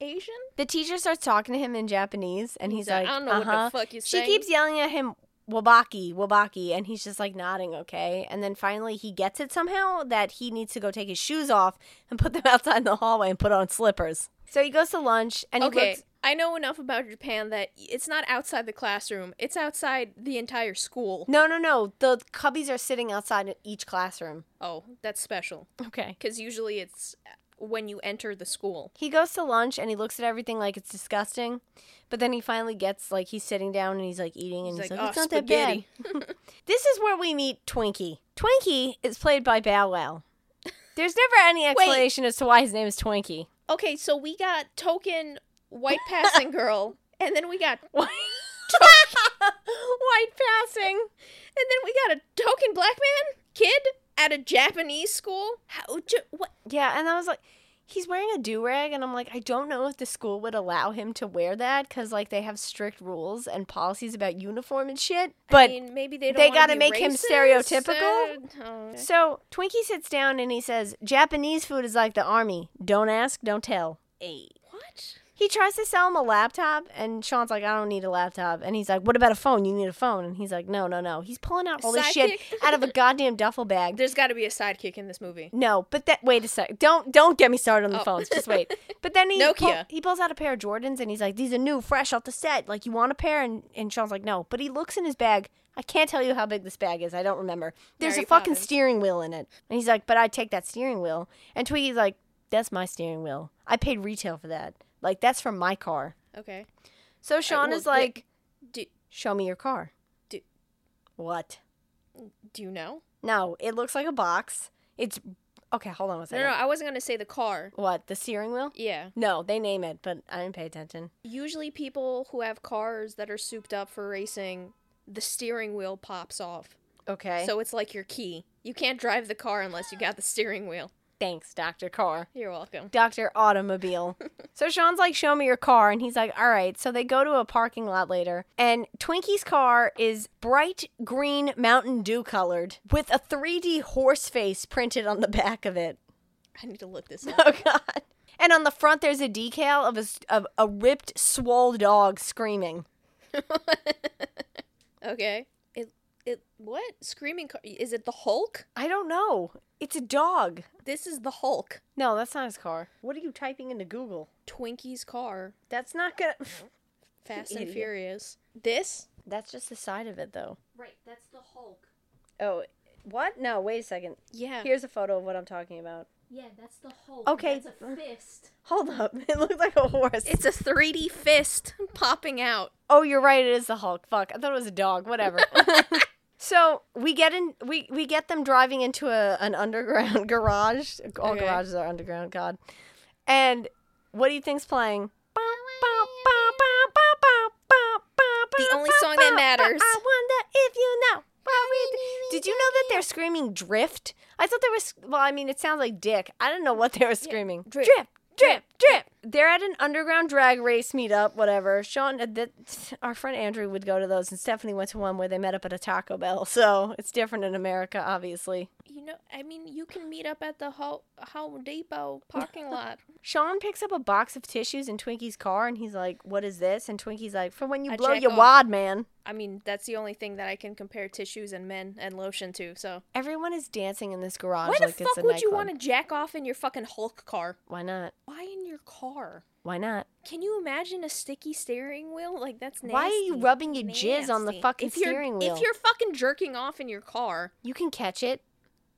A: Asian?
B: The teacher starts talking to him in Japanese, and he's,
A: like,
B: like,
A: "I don't know what the
B: "Uh-huh."
A: fuck you're
B: She
A: saying.
B: keeps yelling at him, "Wabaki, Wabaki," and he's just like nodding, okay. And then finally, he gets it somehow that he needs to go take his shoes off and put them outside in the hallway and put on slippers. So he goes to lunch, and he
A: Okay.
B: looks.
A: I know enough about Japan that it's not outside the classroom. It's outside the entire school.
B: No, no, no. The cubbies are sitting outside in each classroom.
A: Oh, that's special.
B: Okay.
A: Because usually it's uh, when you enter the school.
B: He goes to lunch and he looks at everything like it's disgusting, but then he finally gets like he's sitting down and he's like eating and he's,
A: He's
B: like,
A: like,
B: "It's
A: "Oh,
B: not
A: spaghetti."
B: that bad." this is where we meet Twinkie. Twinkie is played by Bow Wow. There's never any explanation as to why his name is Twinkie.
A: Okay, so we got token white passing girl, and then we got
B: White passing.
A: and then we got a token black man kid at a Japanese school. How? Ju- what?
B: Yeah, and I was like, he's wearing a do rag, and I'm like, I don't know if the school would allow him to wear that because like they have strict rules and policies about uniform and shit. But
A: I mean, maybe they don't
B: they
A: wanna
B: gotta
A: be
B: make him
A: racist,
B: stereotypical?
A: uh, oh, okay.
B: So Twinkie sits down and he says, Japanese food is like the army. Don't ask, don't tell. Ay.
A: what?
B: He tries to sell him a laptop, and Sean's like, I don't need a laptop. And he's like, What about a phone? You need a phone. And he's like, No, no, no. He's pulling out all this shit
A: Sidekick?
B: out of a goddamn duffel bag.
A: There's got to be a sidekick in this movie.
B: No, but that wait a sec. Don't don't get me started on the
A: Oh.
B: phones. Just wait. But then he
A: Nokia.
B: pull- he pulls out a pair of Jordans and he's like, "These are new, fresh off the set. Like, you want a pair?" And and Sean's like, "No." But he looks in his bag. I can't tell you how big this bag is. I don't remember. There's
A: Mary
B: a fucking
A: Poppins.
B: steering wheel in it. And he's like, "But I take that steering wheel." And Twiggy's like, "That's my steering wheel. I paid retail for that. Like, that's from my car."
A: Okay.
B: So Sean
A: well,
B: is
A: the-
B: like,
A: Do
B: "Show me your car."
A: Do-
B: what?
A: Do you know?
B: No, it looks like a box. It's okay. Hold on one
A: No,
B: second.
A: no, I wasn't gonna say the car.
B: What the steering wheel?
A: Yeah.
B: No, they name it, but I didn't pay attention.
A: Usually, people who have cars that are souped up for racing, the steering wheel pops off.
B: Okay. So
A: So it's like your key. You can't drive the car unless you got the steering wheel.
B: thanks, Dr. Car.
A: You're welcome.
B: Dr. Automobile. so Sean's like, show me your car. And he's like, all right. So they go to a parking lot later. And Twinkie's car is bright green Mountain Dew colored with a 3D horse face printed on the back of it.
A: I need to look this up.
B: Oh, God. And on the front, there's a decal of a, s- of a ripped, swole dog screaming.
A: Okay. It it what? Screaming car is it the Hulk?
B: I don't know. It's a dog.
A: This is the Hulk.
B: No, that's not his car. What are you typing into Google?
A: Twinkie's car.
B: That's not gonna.
A: Fast
B: and
A: and Furious. This?
B: that's just the side of it, though.
A: Right, that's the Hulk.
B: Oh, what? No, wait a second.
A: Yeah.
B: Here's a photo of what I'm talking about.
A: Yeah, that's the Hulk.
B: Okay.
A: That's a fist.
B: Hold up. It looks like a horse.
A: It's a 3D fist popping out.
B: Oh, you're right. It is the Hulk. Fuck. I thought it was a dog. Whatever. so we get in. We we get them driving into a an underground garage. All
A: Okay.
B: garages are underground. God. And what do you think's playing? The
A: only song that matters.
B: I wonder if you know. Did you know that they're screaming drift? I thought there was. Well, I mean, it sounds like dick. I don't know what they were screaming.
A: drip,
B: drip, drip, drip. They're at an underground drag race meetup, whatever. Sean, uh, th- our friend Andrew would go to those, and Stephanie went to one where they met up at a Taco Bell. So it's different in America, obviously.
A: You know, I mean, you can meet up at the Ho- Home Depot parking lot.
B: Sean picks up a box of tissues in Twinkie's car, and he's like, "What is this?" And Twinkie's like, "For when you
A: I
B: blow
A: jack
B: your
A: off."
B: wad, man."
A: I mean, that's the only thing that I can compare tissues and men and lotion to. So,
B: Everyone is dancing in this garage.
A: why the
B: like
A: fuck
B: it's a
A: would you
B: nightclub.
A: want to jack off in your fucking Hulk car?
B: Why not?
A: Why in your car?
B: Why not?
A: Can you imagine a sticky steering wheel? Like that's nasty.
B: Why are you rubbing your jizz on the
A: Nasty.
B: fucking
A: If you're-
B: steering wheel?
A: If you're fucking jerking off in your car,
B: you can catch it.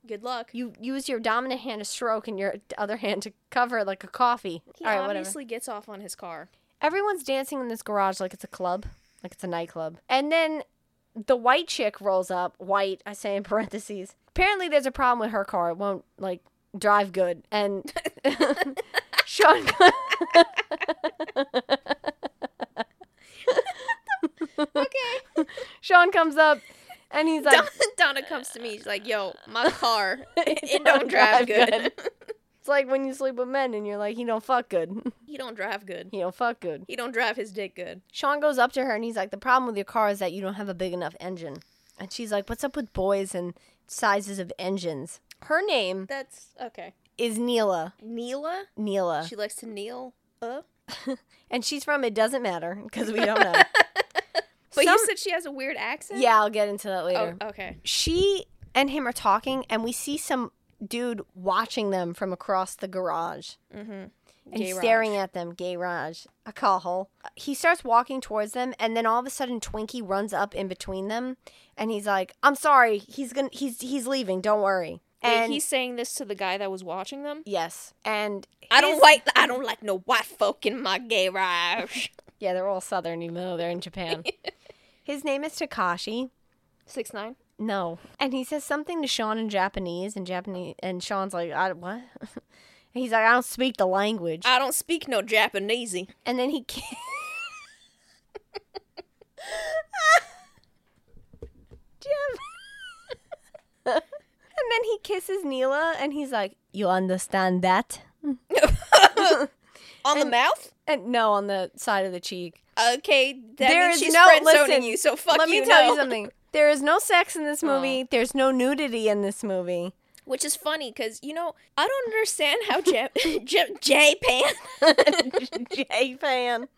A: good luck.
B: You use your dominant hand to stroke and your other hand to cover it like a coffee.
A: He
B: All right, whatever.
A: obviously gets off on his car.
B: Everyone's dancing in this garage like it's a club, like it's a nightclub. And then the white chick rolls up. White, I say in parentheses. Apparently, there's a problem with her car. It won't like drive good. And Sean. okay. Sean comes up, and he's like,
A: Donna comes to me. She's like, "Yo, my car,
B: don't
A: it don't
B: drive
A: drive good.
B: It's like when you sleep with men and you're like, he don't fuck good.
A: he don't drive good.
B: he don't fuck good.
A: He don't drive his dick good."
B: Sean goes up to her and he's like, the problem with your car is that you don't have a big enough engine. And she's like, what's up with boys and sizes of engines? Her name
A: That's okay.
B: is Neela.
A: Neela,
B: Neela.
A: she likes to kneel. Uh,
B: And she's from It Doesn't Matter because we don't know.
A: but you
B: Some-
A: said she has a weird accent.
B: yeah, I'll get into that
A: Oh,
B: later.
A: okay.
B: She and him are talking and we see some dude watching them from across the garage. and he's
A: Mm-hmm. Garage.
B: staring at them. Garage, a cahill. He starts walking towards them, and then all of a sudden, Twinkie runs up in between them, and he's like, "I'm sorry, he's gonna, he's he's leaving. Don't worry."
A: Wait,
B: And
A: he's saying this to the guy that was watching them.
B: yes, and
A: I don't
B: his-
A: like I don't like no white folk in my garage.
B: Yeah, they're all Southern, even though they're in Japan. his name is Takashi.
A: Six nine.
B: No, and he says something to Sean in Japanese, and Japanese, and Sean's like, "I what?" and he's like, "I don't speak the language."
A: I don't speak no Japanesey.
B: and then he ki- Jim. and then he kisses Neela and he's like, "You understand that?"
A: On the mouth?
B: And no, on the side of the cheek.
A: Okay, that
B: There
A: means
B: is
A: she's
B: no-
A: friend
B: listen,
A: zoning you, so fuck
B: Let
A: you.
B: me tell
A: no.
B: you something. There is no sex in this movie. There's no nudity in this movie.
A: Which is funny because you know I don't understand how Jap- J- Japan
B: J fan.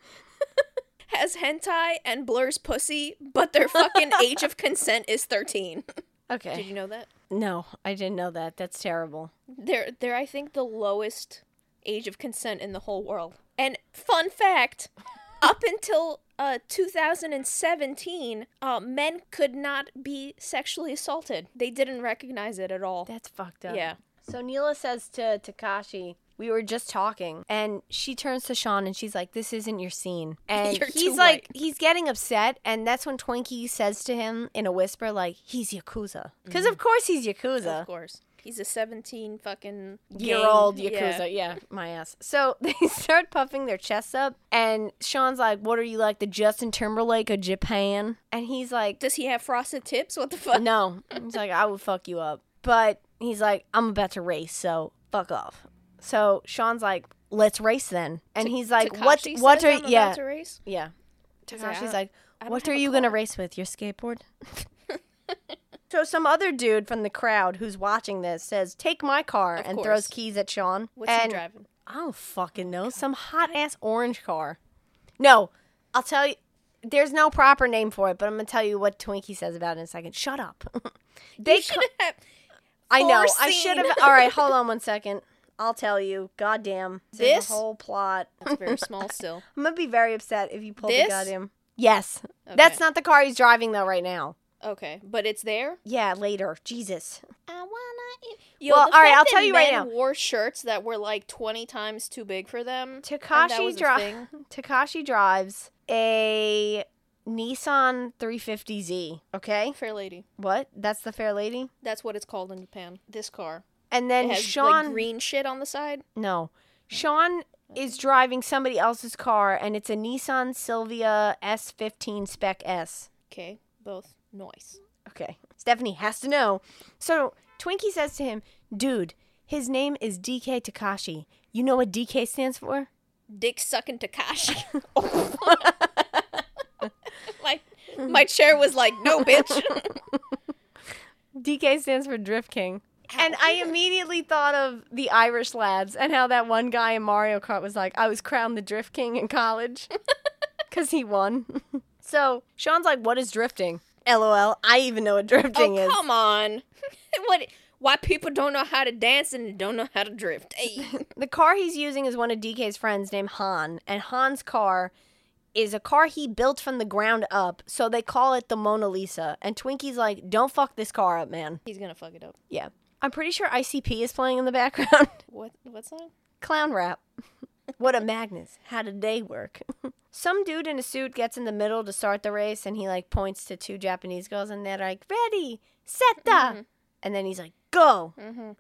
A: has hentai and blurs pussy, but their fucking age of consent is thirteen. Did
B: Okay.
A: you know that?
B: No, I didn't know that. That's terrible.
A: They're they're I think the lowest age of consent in the whole world. And fun fact, up until uh 2017, uh, men could not be sexually assaulted. They didn't recognize it at all.
B: That's fucked up.
A: Yeah.
B: So Neela says to Takashi, "We were just talking," and she turns to Sean and she's like, "This isn't your scene." And
A: You're
B: he's
A: too
B: like,
A: white.
B: he's getting upset, and that's when Twinkie says to him in a whisper, like, "He's yakuza," because of course he's yakuza,
A: Mm-hmm. Of course. He's a 17 fucking
B: year
A: gang.
B: old
A: Yeah.
B: yakuza. Yeah. my ass. So they start puffing their chests up, and Sean's like, "What are you like the Justin Timberlake of Japan?" And he's like,
A: Does he have frosted tips? What the fuck?
B: "No," he's like, "I would fuck you up," but he's like, "I'm about to race, so fuck off." So Sean's like, "Let's race then,wn and he's like, "What?
A: Takashi
B: What
A: says
B: are
A: I'm about
B: yeah,
A: to race?
B: yeah?"
A: like, I
B: Takashi's
A: don't-
B: like,
A: don't
B: "What
A: have
B: are
A: a
B: you gonna
A: car."
B: race with? Your skateboard?" so some other dude from the crowd who's watching this says, "Take my car," and throws
A: course.
B: keys at Sean.
A: What's
B: and
A: he driving?
B: I don't fucking
A: Oh,
B: know. Some hot ass orange car. No, I'll tell you. There's no proper name for it, but I'm gonna tell you what Twinkie says about it in a second. Shut up. they
A: Should have
B: I know. I
A: Foreseen.
B: should have. All right, hold on one second. I'll tell you. Goddamn.
A: This?
B: the whole plot.
A: It's very small still.
B: I'm gonna be very upset if you pull
A: This?
B: the goddamn. Yes,
A: Okay.
B: that's not the car he's driving though right now.
A: okay, but it's there.
B: Yeah, later. Jesus.
E: I wanna.
A: Yo,
B: Well,
A: the
B: all right,
A: fact
B: I'll
A: that
B: tell you right
A: men
B: now.
A: Wore shirts that were like twenty times too big for them. and that
B: Takashi
A: was a
B: dri-
A: thing.
B: Takashi drives a Nissan 350Z. Okay,
A: Fair lady.
B: what? That's the fair lady.
A: That's what it's called in Japan. This car.
B: And then
A: it has
B: Sean.
A: like green shit on the side.
B: No, Sean is driving somebody else's car, and it's a Nissan Silvia S15 Spec S.
A: Okay, both noise.
B: Okay. Stephanie has to know. So Twinkie says to him, Dude, his name is DK Takashi. You know what DK stands for?
A: Dick sucking Takashi. my my chair was like, no, bitch.
B: DK stands for Drift King. And I immediately thought of the Irish lads and how that one guy in Mario Kart was like, I was crowned the Drift King in college because he won. so Sean's like, What is drifting? LOL, I even know what drifting
A: oh,
B: is.
A: come on. what? Why people don't know how to dance and don't know how to drift? Hey.
B: The car he's using is one of DK's friends named Han, and Han's car is a car he built from the ground up, so they call it the Mona Lisa. And Twinkie's like, "Don't fuck this car up, man."
A: He's gonna fuck it up.
B: Yeah. I'm pretty sure ICP is playing in the background.
A: What? What song?
B: Clown rap. What a Magnus. How did they work? Some dude in a suit gets in the middle to start the race and he like points to two Japanese girls and they're like, "Ready, set the." And then he's like, "Go."
E: I wanna.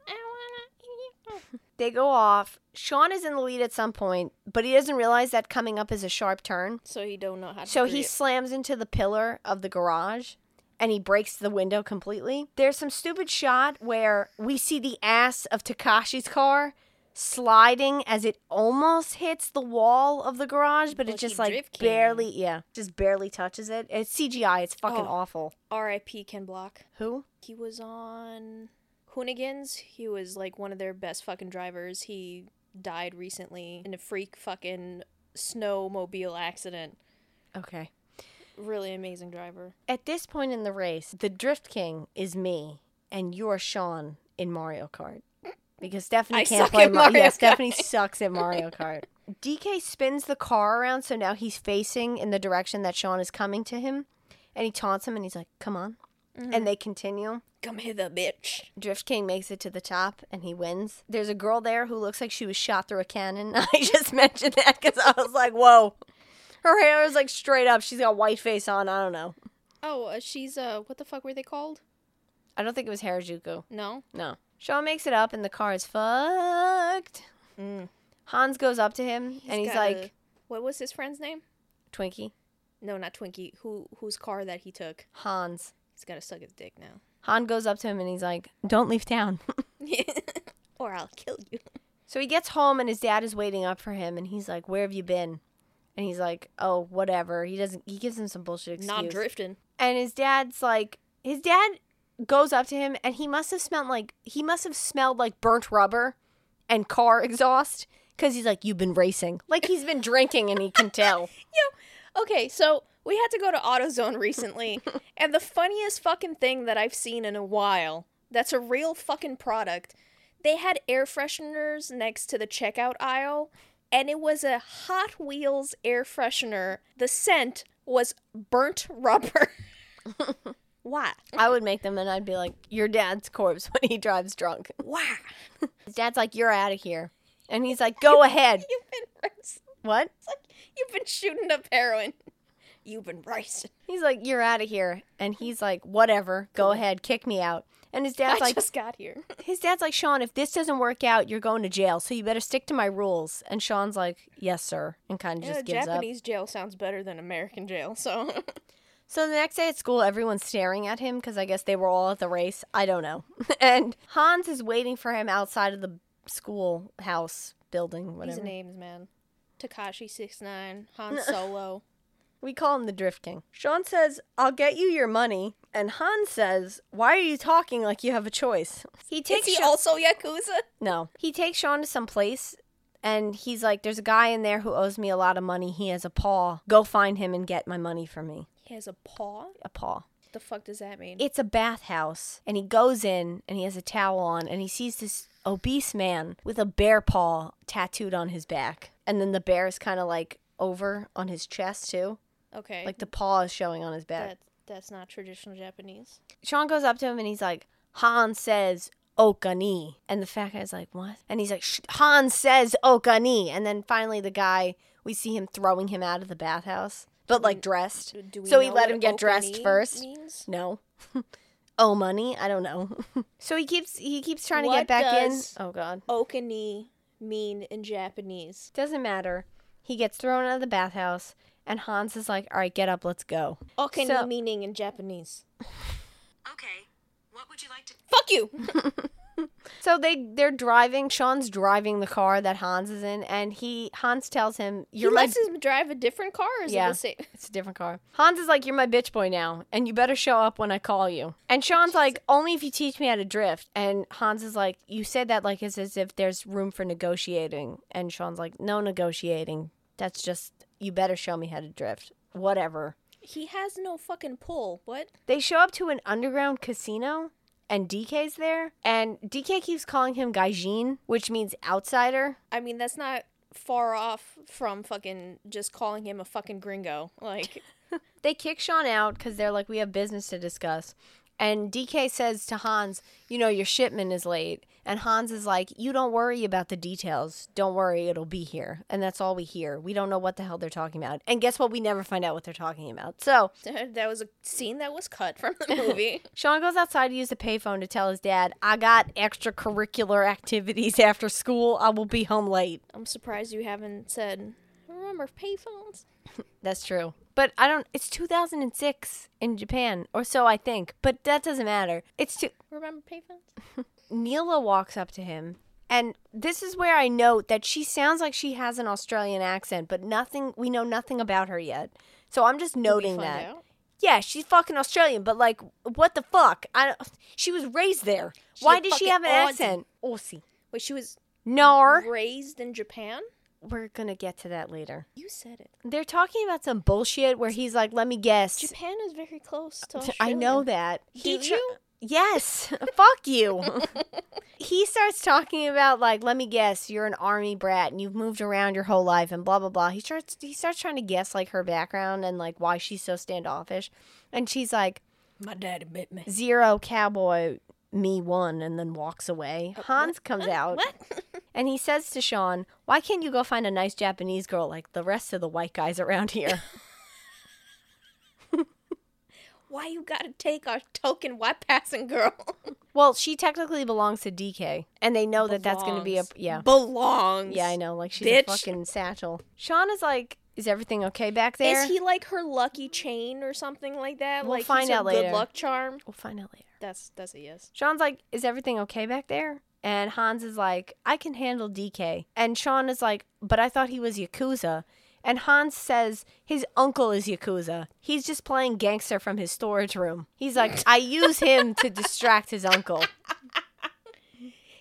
B: They go off. Sean is in the lead at some point, but he doesn't realize that coming up is a sharp turn.
A: So he don't know how to.
B: So he
A: drift.
B: slams into the pillar of the garage and he breaks the window completely. There's some stupid shot where we see the ass of Takashi's car sliding as it almost hits the wall of the garage, but, it
A: But
B: just
A: he
B: like
A: drift came.
B: barely, yeah, just barely touches it. It's CGI. It's fucking
A: Oh.
B: awful.
A: R.I.P. Ken Block.
B: Who?
A: He was on Hoonigans. He was like one of their best fucking drivers. He died recently in a freak fucking snowmobile accident.
B: Okay.
A: Really amazing driver.
B: At this point in the race, the Drift King is me, and you're Sean in Mario Kart. Because Stephanie
A: I
B: can't
A: suck
B: play
A: at
B: Mario.
A: Mario
B: Yeah,
A: Kart.
B: Stephanie sucks at Mario Kart. DK spins the car around, so now he's facing in the direction that Sean is coming to him, and he taunts him, and he's like, "Come on,"
A: Mm-hmm.
B: and they continue.
A: Come hither, bitch.
B: Drift King makes it to the top, and he wins. There's a girl there who looks like she was shot through a cannon. I just mentioned that because I was like, "Whoa." Her hair is like straight up. She's got white face on. I don't know.
A: Oh, uh, she's uh, what the fuck were they called?
B: I don't think it was Harajuku.
A: No.
B: No. Sean makes it up and the car is fucked.
A: Mm.
B: Hans goes up to him and he's
A: got a-
B: like,
A: what was his friend's name?
B: Twinkie,
A: No, not Twinkie. Who whose car that he took?
B: Hans.
A: He's gotta suck his dick now.
B: Han goes up to him and he's like, Don't leave town.
A: or I'll kill you.
B: so he gets home and his dad is waiting up for him and he's like, Where have you been? And he's like, Oh, whatever. He doesn't, he gives him some bullshit excuse.
A: Not drifting.
B: and his dad's like his dad goes up to him and he must have smelled like he must have smelled like burnt rubber and car exhaust because he's like you've been racing like he's been drinking and he can tell
A: Okay, so we had to go to AutoZone recently, and the funniest fucking thing that I've seen in a while that's a real fucking product. They had air fresheners next to the checkout aisle, and it was a Hot Wheels air freshener. The scent was burnt rubber. Why?
B: i would make them and i'd be like your dad's corpse when he drives drunk
A: Why?
B: his dad's like you're out of here and he's like go ahead
A: You've been racing.
B: what
A: It's like you've been shooting up heroin. You've been racing.
B: he's like you're out of here and he's like whatever go ahead kick me out and his dad's
A: I
B: like
A: just got here.
B: his dad's like, Sean, if this doesn't work out, you're going to jail, so you better stick to my rules. And Sean's like, yes, sir, and kind of just
A: Yeah,
B: gives
A: Japanese jail sounds better than American jail, so
B: up. So the next day at school, everyone's staring at him because I guess they were all at the race. I don't know. and Hans is waiting for him outside of the school house building,
A: These
B: whatever.
A: names, man. Takashi six nine, Han Solo.
B: We call him the Drift King. Sean says, I'll get you your money. And Hans says, Why are you talking like you have a choice? He
A: Is
B: takes
A: he
B: Sha-
A: also Yakuza?
B: No. He takes Sean to some place and he's like, There's a guy in there who owes me a lot of money. He has a paw. Go find him and get my money for me.
A: He has a paw.
B: A paw.
A: The fuck does that mean?
B: It's a bathhouse, and he goes in and he has a towel on, and he sees this obese man with a bear paw tattooed on his back. And then the bear is kind of like over on his chest, too.
A: okay.
B: Like the paw is showing on his back.
A: that that's not traditional Japanese.
B: Sean goes up to him and he's like, Han says Okani. And the fat guy's like, what? And he's like, "Sh- Han says Okani. And then finally the guy, we see him throwing him out of the bathhouse, but like dressed.
A: Do we
B: so he
A: know
B: let
A: what
B: him get dressed
A: okani
B: first.
A: means?
B: No. oh, money? I don't know. so he keeps he keeps trying to get
A: What
B: back
A: does-
B: in. Oh god.
A: Okani mean in Japanese.
B: Doesn't matter. He gets thrown out of the bathhouse and Hans is like, "All right, get up, let's go."
A: Okani
B: So-
A: meaning in Japanese.
F: Okay, what would you like to
A: Fuck you.
B: So they they're driving. Sean's driving the car that Hans is in, and he Hans tells him, "You're
A: he
B: my."
A: lets him drive a different car. Or is
B: Yeah.
A: it the same?
B: it's a different car. Hans is like, "You're my bitch boy now, and you better show up when I call you." And Sean's like, "Only if you teach me how to drift." And Hans is like, "You said that like as, as if there's room for negotiating." And Sean's like, "No negotiating. That's just you better show me how to drift. Whatever."
A: He has no fucking pull. What?
B: They show up to an underground casino and DK's there, and DK keeps calling him Gaijin, which means outsider.
A: I mean, that's not far off from fucking just calling him a fucking gringo. Like,
B: they kick Sean out because they're like, we have business to discuss. And DK says to Hans, you know, your shipment is late. And Hans is like, you don't worry about the details. Don't worry, it'll be here. And that's all we hear. We don't know what the hell they're talking about. And guess what? We never find out what they're talking about. So
A: that was a scene that was cut from the movie.
B: Sean goes outside to use the payphone to tell his dad, I got extracurricular activities after school. I will be home late.
A: I'm surprised you haven't said, remember payphones?
B: That's true. But I don't, it's 2006 in Japan, or so I think. But that doesn't matter. It's too,
A: Remember payphones?
B: Neela walks up to him. And this is where I note that she sounds like she has an Australian accent, but nothing we know nothing about her yet. So I'm just noting
A: find
B: that.
A: out.
B: Yeah, she's fucking Australian, but like what the fuck? I don't, she was raised there. Why
A: a
B: does she have
A: fucking
B: an
A: Aussie.
B: accent? Aussie.
A: Wait, she was
B: Nar.
A: raised in Japan?
B: We're going to get to that later.
A: You said it.
B: They're talking about some bullshit where he's like, "Let me guess."
A: Japan is very close to
B: I
A: Australia.
B: know that. He
A: Do
B: tr-
A: you?
B: Yes. Fuck you. he starts talking about like, let me guess, you're an army brat and you've moved around your whole life and blah blah blah. He starts he starts trying to guess like her background and like why she's so standoffish. And she's like,
A: My daddy bit me.
B: zero cowboy, me one, and then walks away. Hans comes out
A: Uh, What?
B: and he says to Sean, Why can't you go find a nice Japanese girl like the rest of the white guys around here?
A: Why you gotta take our token white passing girl?
B: well, she technically belongs to DK. And they know that that's gonna be a
A: Belongs.
B: yeah.
A: Belongs.
B: Yeah, I know. Like she's
A: Bitch.
B: a fucking satchel. Sean is like, is everything okay back there?
A: Is he like her lucky chain or something like that?
B: We'll
A: like he's
B: find
A: her
B: out later.
A: Good luck charm.
B: we'll find out later.
A: That's that's a yes.
B: Sean's like, is everything okay back there? And Hans is like, I can handle DK. And Sean is like, but I thought he was Yakuza. And Hans says his uncle is Yakuza. He's just playing gangster from his storage room. He's like, I use him to distract his uncle.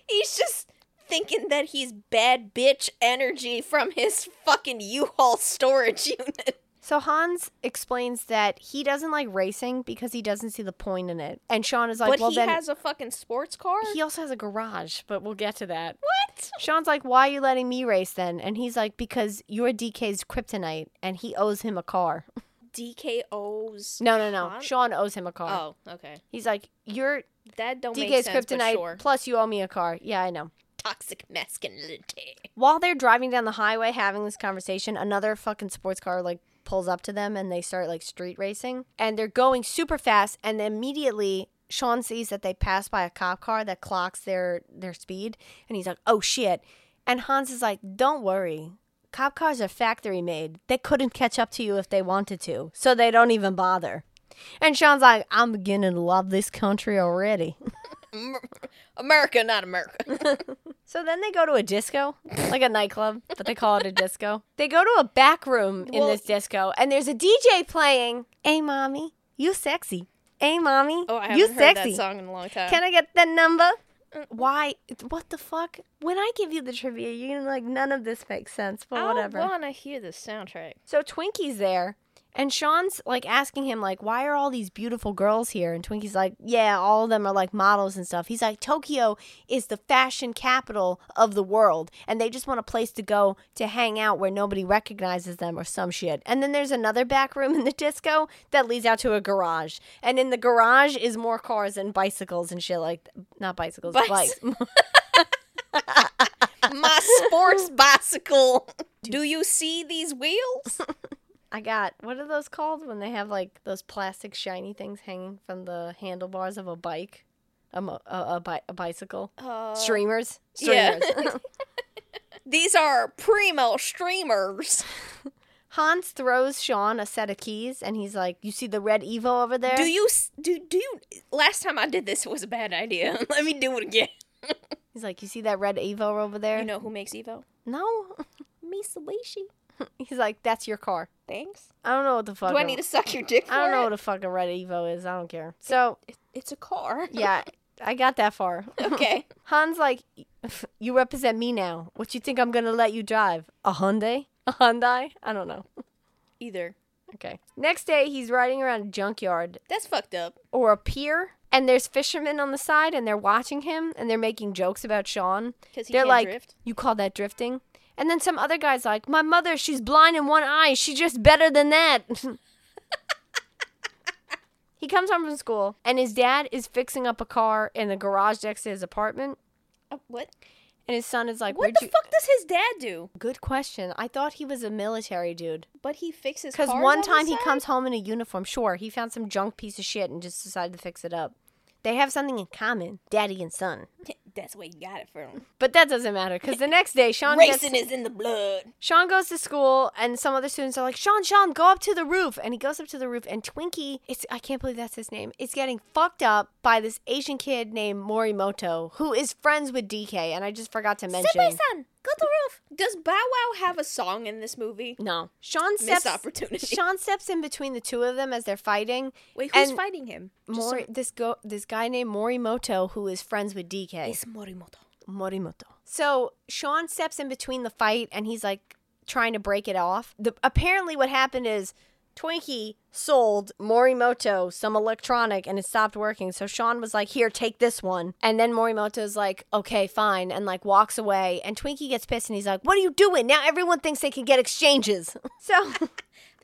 A: He's just thinking that he's bad bitch energy from his fucking U-Haul storage unit.
B: So Hans explains that he doesn't like racing because he doesn't see the point in it. And Sean is like,
A: but
B: well,
A: he
B: then
A: has a fucking sports car.
B: he also has a garage, but we'll get to that.
A: what?
B: Sean's like, why are you letting me race then? And he's like, because you're DK's kryptonite and he owes him a car.
A: DKO's.
B: No, no, no.
A: Sean?
B: Sean owes him a car.
A: Oh, okay.
B: He's like, you're
A: That don't make
B: DK's
A: sense. but
B: kryptonite,
A: sure.
B: plus you owe me a car. Yeah, I know.
A: Toxic masculinity.
B: While they're driving down the highway having this conversation, another fucking sports car like pulls up to them and they start like street racing. And they're going super fast and immediately Sean sees that they pass by a cop car that clocks their their speed and he's like, "Oh shit." And Hans is like, "Don't worry. Cop cars are factory made. They couldn't catch up to you if they wanted to. So they don't even bother." And Sean's like, "I'm beginning to love this country already."
A: America, not America.
B: So then they go to a disco, like a nightclub, but they call it a disco. They go to a back room in
A: Well-
B: this disco, and there's a DJ playing. Hey, mommy, you sexy. Hey, mommy,
A: Oh, I haven't
B: you
A: heard
B: sexy.
A: that song Mm. in a long time.
B: Can I get the number? Why? What the fuck? When I give you the trivia,
A: Oh,
B: you're gonna be like, none of this makes sense, but whatever.
A: I wanna hear the soundtrack.
B: so Twinkie's there, And Sean's like asking him, like, why are all these beautiful girls here? And Twinkie's like, yeah, all of them are like models and stuff. He's like, Tokyo is the fashion capital of the world, and they just want a place to go to hang out where nobody recognizes them or some shit. And then there's another back room in the disco that leads out to a garage, and in the garage is more cars and bicycles and shit like, not bicycles,
A: Bice-
B: bikes.
A: My sports bicycle. Do you see these wheels?
B: I got what are those called when they have like those plastic shiny things hanging from the handlebars of a bike, Um, a mo- a, a, bi- a bicycle, streamers,
A: Uh, yeah.
B: streamers.
A: These are primo streamers.
B: Hans throws Sean a set of keys, and he's like, "You see the red Evo over there?
A: Do you s- do do you? Last time I did this was a bad idea. Let me do it again.
B: he's like, "You see that red Evo over there?
A: You know who makes Evo?
B: No."
A: Mitsubishi.
B: he's like, "That's your car.
A: Thanks.
B: I don't know what the fuck.
A: Do I need to suck your dick? For
B: I don't know
A: it?
B: what a fucking red Evo is. I don't care." So
A: It's a car.
B: yeah, I got that far.
A: Okay.
B: Han's like, you represent me now. What you think I'm gonna let you drive? A Hyundai? A Hyundai? I don't know.
A: Either.
B: Okay. Next day, he's riding around a junkyard
A: That's fucked up.
B: or a pier, and there's fishermen on the side, and they're watching him, and they're making jokes about Sean.
A: 'Cause he
B: they're
A: can't
B: like,
A: drift?
B: you call that drifting? And then some other guy's like, my mother, she's blind in one eye. She's just better than that. he comes home from school, and his dad is fixing up a car in the garage next to his apartment.
A: Uh, what?
B: And his son is like,
A: What
B: Where'd
A: the
B: you-
A: fuck does his dad do?
B: Good question. I thought he was a military dude.
A: But he fixes
B: Because
A: cars.
B: one
A: on
B: time
A: the
B: he
A: side?
B: comes home in a uniform. Sure, he found some junk piece of shit and just decided to fix it up. They have something in common daddy and son.
A: That's where he got it from.
B: But that doesn't matter because the next day, Sean gets,
A: Racing is in the blood.
B: Sean goes to school and some other students are like, Sean, Sean, go up to the roof. And he goes up to the roof and Twinkie, it's I can't believe that's his name, is getting fucked up by this Asian kid named Morimoto who is friends with DK. And I just forgot to mention.
A: son, go to the roof. Does Bow Wow have a song in this movie?
B: No. Sean
A: Missed
B: steps,
A: opportunity.
B: Sean steps in between the two of them as they're fighting.
A: Wait, who's
B: and
A: fighting him? Just
B: Mori,
A: some-
B: this go this guy named Morimoto who is friends with DK.
A: It's Morimoto.
B: Morimoto. So Sean steps in between the fight and he's like trying to break it off. The, apparently, what happened is Twinkie sold Morimoto some electronic and it stopped working. So Sean was like, Here, take this one. And then Morimoto's like, Okay, fine. And like walks away. And Twinkie gets pissed and he's like, What are you doing? Now everyone thinks they can get exchanges. So.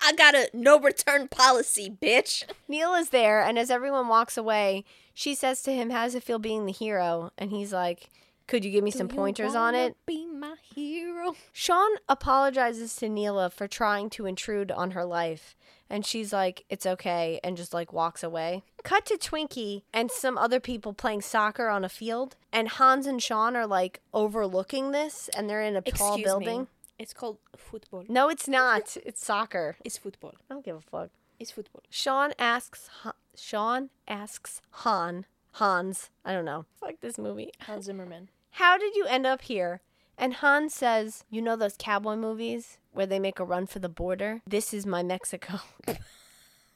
A: I got a no return policy, bitch.
B: Neil is there, and as everyone walks away, she says to him, How does it feel being the hero? And he's like, Could you give me some pointers on it?
A: Be my hero.
B: Sean apologizes to Neela for trying to intrude on her life, and she's like, It's okay, and just like walks away. Cut to Twinkie and some other people playing soccer on a field, and Hans and Sean are like overlooking this, and they're in a tall
A: Excuse
B: building.
A: me. It's called football.
B: No, it's not. It's soccer.
A: It's football.
B: I don't give a fuck.
A: It's football.
B: Sean asks Han- Sean asks Han Hans I don't know fuck this movie
A: Hans Zimmerman.
B: how did you end up here and Han says you know those cowboy movies where they make a run for the border this is my Mexico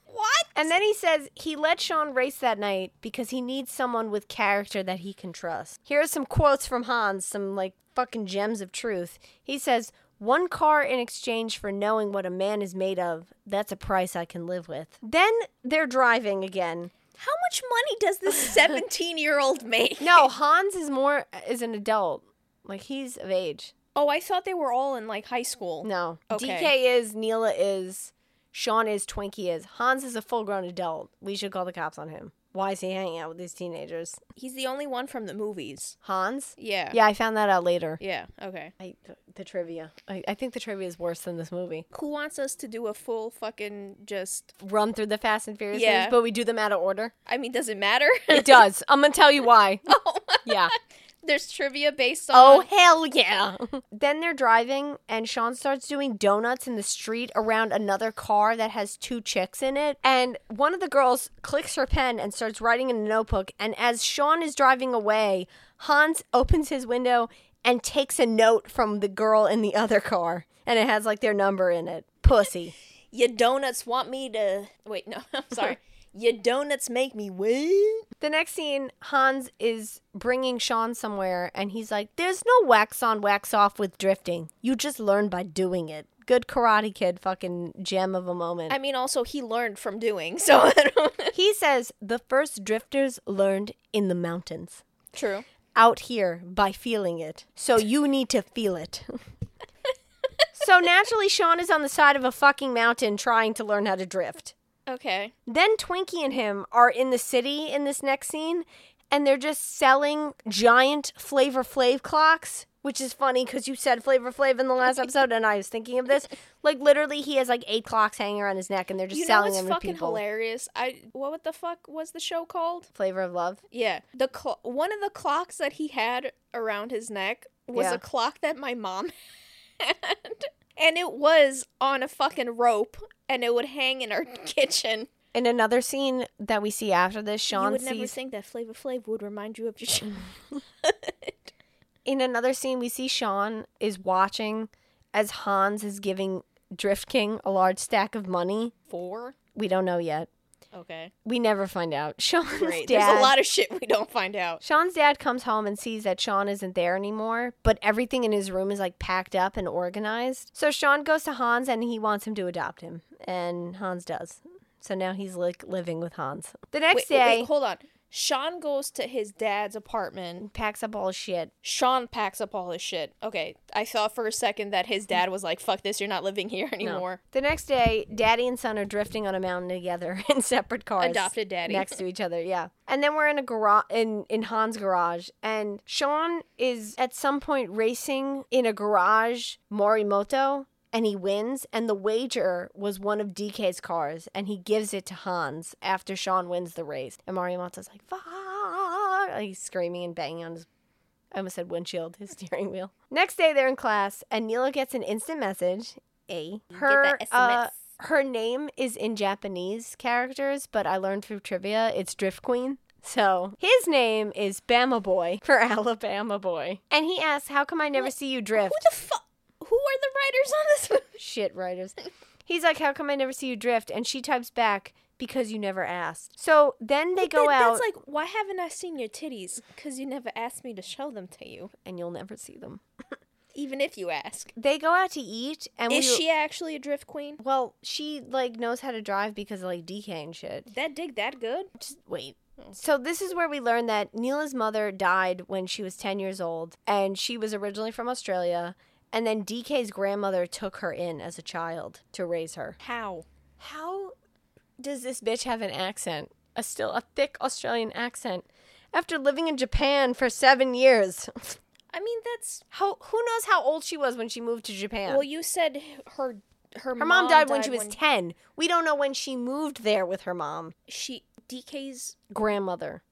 A: What?
B: and then he says he let Sean race that night because he needs someone with character that he can trust here are some quotes from Hans some like fucking gems of truth he says one car in exchange for knowing what a man is made of. That's a price I can live with. Then they're driving again.
A: How much money does this 17 year old make?
B: No, Hans is more is an adult. Like he's of age.
A: Oh, I thought they were all in like high school.
B: No.
A: Okay.
B: DK is, Neela is, Sean is, Twinkie is. Hans is a full grown adult. We should call the cops on him. Why is he hanging out with these teenagers?
A: He's the only one from the movies.
B: Hans?
A: Yeah.
B: Yeah, I found that out later.
A: Yeah. Okay.
B: I, the trivia. I, I think the trivia is worse than this movie.
A: Who wants us to do a full fucking just?
B: Run through the Fast and Furious
A: Yeah.
B: movies, but we do them out of order.
A: I mean, does it matter?
B: It does. I'm going to tell you why. yeah.
A: There's trivia based on.
B: Oh, hell yeah. then they're driving, and Sean starts doing donuts in the street around another car that has two chicks in it. And one of the girls clicks her pen and starts writing in a notebook. And as Sean is driving away, Hans opens his window and takes a note from the girl in the other car. And it has like their number in it. Pussy.
A: Your donuts want me to. Wait, no. I'm sorry. Your donuts make me wait.
B: The next scene, Hans is bringing Sean somewhere, and he's like, There's no wax on, wax off with drifting. You just learn by doing it. good Karate Kid fucking gem of a moment.
A: I mean, also he learned from doing. So I don't-
B: he says the first drifters learned in the mountains,
A: true.
B: out here by feeling it. So you need to feel it. so naturally, Sean is on the side of a fucking mountain trying to learn how to drift.
A: Okay.
B: Then Twinkie and him are in the city in this next scene, and they're just selling giant Flavor Flav clocks, which is funny because you said Flavor Flav in the last episode, and I was thinking of this. Like literally, he has like eight clocks hanging around his neck, and they're just
A: you know
B: selling
A: what's
B: them to
A: fucking
B: people.
A: hilarious? I what the fuck was the show called?
B: Flavor of love.
A: Yeah, the cl- one of the clocks that he had around his neck was
B: Yeah.
A: a clock that my mom had, and it was on a fucking rope, and it would hang in our kitchen.
B: In another scene that we see after this,
A: you
B: Sean
A: would
B: sees.
A: never think that Flavor Flav would remind you of your
B: in another scene, we see Sean is watching as Hans is giving Drift King a large stack of money.
A: four.
B: We don't know yet.
A: Okay,
B: We never find out. Sean's
A: great.
B: dad.
A: There's a lot of shit we don't find out.
B: Sean's dad comes home and sees that Sean isn't there anymore, but everything in his room is like packed up and organized. So Sean goes to Hans and he wants him to adopt him, and Hans does. So now he's like living with Hans. The next
A: Wait, wait,
B: day,
A: wait, hold on. Sean goes to his dad's apartment.
B: packs up all his shit.
A: Sean packs up all his shit. Okay, I thought for a second that his dad was like, "Fuck this, you're not living here
B: No.
A: anymore."
B: The next day, daddy and son are drifting on a mountain together in separate cars.
A: Adopted daddy.
B: next to each other. Yeah. And then we're in a garage in in Han's garage, and Sean is at some point racing in a garage Morimoto, and he wins. And the wager was one of DK's cars, and he gives it to Hans after Sean wins the race. And Morimoto's like, "Fuck!" Like, he's screaming and banging on his. I almost said windshield, his steering wheel. Next day, they're in class, and Nila gets an instant message. A her
A: that
B: uh,
A: SMS.
B: her name is in Japanese characters, but I learned through trivia it's Drift Queen. So his name is Bama Boy for Alabama Boy. And he asks, How come I never see you drift?
A: Who the fuck? Who are the writers on this movie?
B: Shit, writers. He's like, How come I never see you drift? And she types back, Because you never asked. So then they go out
A: That's like, why haven't I seen your titties? Because you never asked me to show them to you,
B: and you'll never see them.
A: even if you ask.
B: They go out to eat and
A: Is
B: we
A: she actually a drift queen?
B: Well, she like knows how to drive because of like DK and shit.
A: That dig that good?
B: Just wait. So this is where we learn that Neela's mother died when she was 10 years old and she was originally from Australia and then DK's grandmother took her in as a child to raise her.
A: How?
B: How does this bitch have an accent? A still a thick Australian accent after living in Japan for 7 years.
A: I mean, that's
B: how who knows how old she was when she moved to Japan?
A: well. You said her her,
B: her mom, died, when she was 10. We don't know when she moved there with her mom,
A: she DK's
B: grandmother,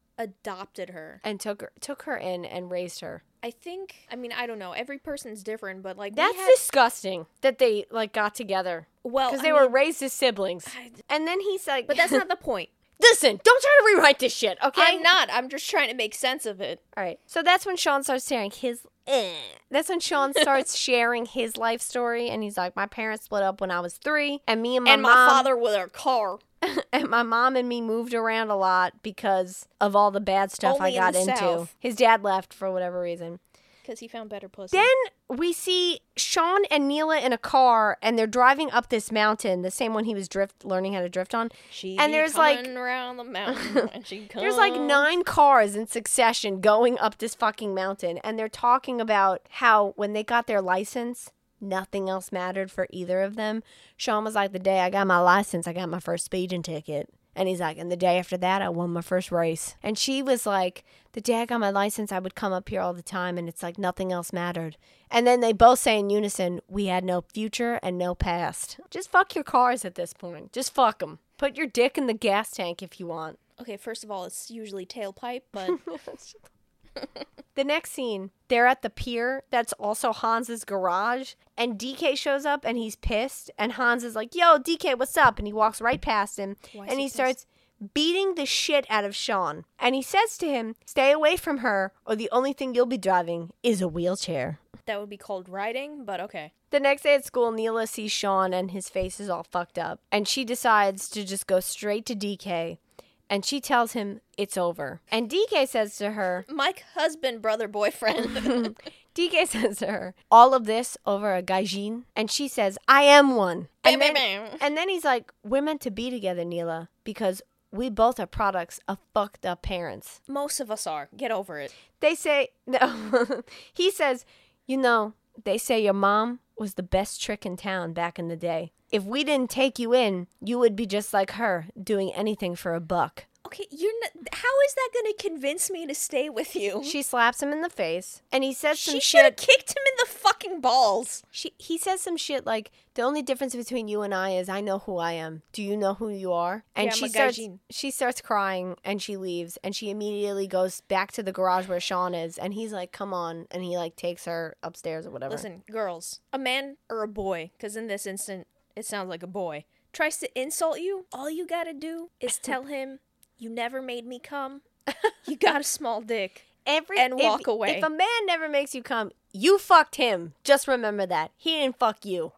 A: adopted her.
B: and took her, took her in and raised her.
A: I think. I mean, I don't know. Every person's different, but like we
B: That's
A: had-
B: disgusting that they like got together
A: well
B: because
A: I
B: they were
A: mean,
B: raised as siblings. And then he's like,
A: But that's not the point.
B: Listen, don't try to rewrite this shit, okay?
A: I'm not. I'm just trying to make sense of it.
B: All right. So that's when Sean starts sharing his. eh. That's when Sean starts sharing his life story, and he's like, "My parents split up when I was three, and me and my
A: and my
B: mom,
A: father with her car.
B: and my mom and me moved around a lot because of all the bad stuff
A: Only in
B: I got
A: the
B: into.
A: South.
B: His dad left for whatever reason.
A: Because he found better pussy.
B: Then we see Sean and Neela in a car, and they're driving up this mountain, the same one he was drift learning how to drift on.
A: She
B: and
A: be
B: there's, like-
A: coming around the mountain when she comes.
B: There's like nine cars in succession going up this fucking mountain, and they're talking about how when they got their license, nothing else mattered for either of them. Sean was like, The day I got my license, I got my first speeding ticket. And he's like, And the day after that, I won my first race. And she was like, The day I got my license, I would come up here all the time, and it's like nothing else mattered. And then they both say in unison, We had no future and no past. Just fuck your cars at this point. Just fuck them. Put your dick in the gas tank if you want.
A: Okay, first of all, it's usually tailpipe, but
B: The next scene, they're at the pier that's also Hans's garage, and DK shows up and he's pissed. And Hans is like, Yo, DK, what's up? And he walks right past him and he, starts beating the shit out of Sean. And he says to him, Stay away from her, or the only thing you'll be driving is a wheelchair.
A: that would be called riding. But okay,
B: The next day at school, Neela sees Sean and his face is all fucked up. And she decides to just go straight to DK and she tells him it's over. And DK says to her,
A: Mike, husband, brother, boyfriend.
B: DK says to her, all of this over a gaijin. And she says, I am one. And then, and then he's like, we're meant to be together, Neela, because we both are products of fucked up parents.
A: Most of us are. Get over it.
B: They say, no. he says, you know, they say your mom was the best trick in town back in the day. If we didn't take you in, you would be just like her, doing anything for a buck.
A: Okay, you're not. How is that going to convince me to stay with you?
B: She slaps him in the face, and he says some
A: Mm-hmm. She should have
B: shit.
A: kicked him in the fucking balls.
B: She, he says some shit like, "The only difference between you and I is I know who I am. Do you know who you are?" And
A: Yeah, I'm
B: she
A: a
B: starts,
A: gaijin.
B: she starts crying, and she leaves, and she immediately goes back to the garage where Sean is, and he's like, "Come on," and he like takes her upstairs or whatever.
A: Listen, girls, a man or a boy, because in this instant, it sounds like a boy, tries to insult you, all you gotta do is tell him, you never made me come. You got a small dick.
B: every
A: and
B: if-
A: walk away.
B: If a man never makes you come, you fucked him. Just remember that he didn't fuck you.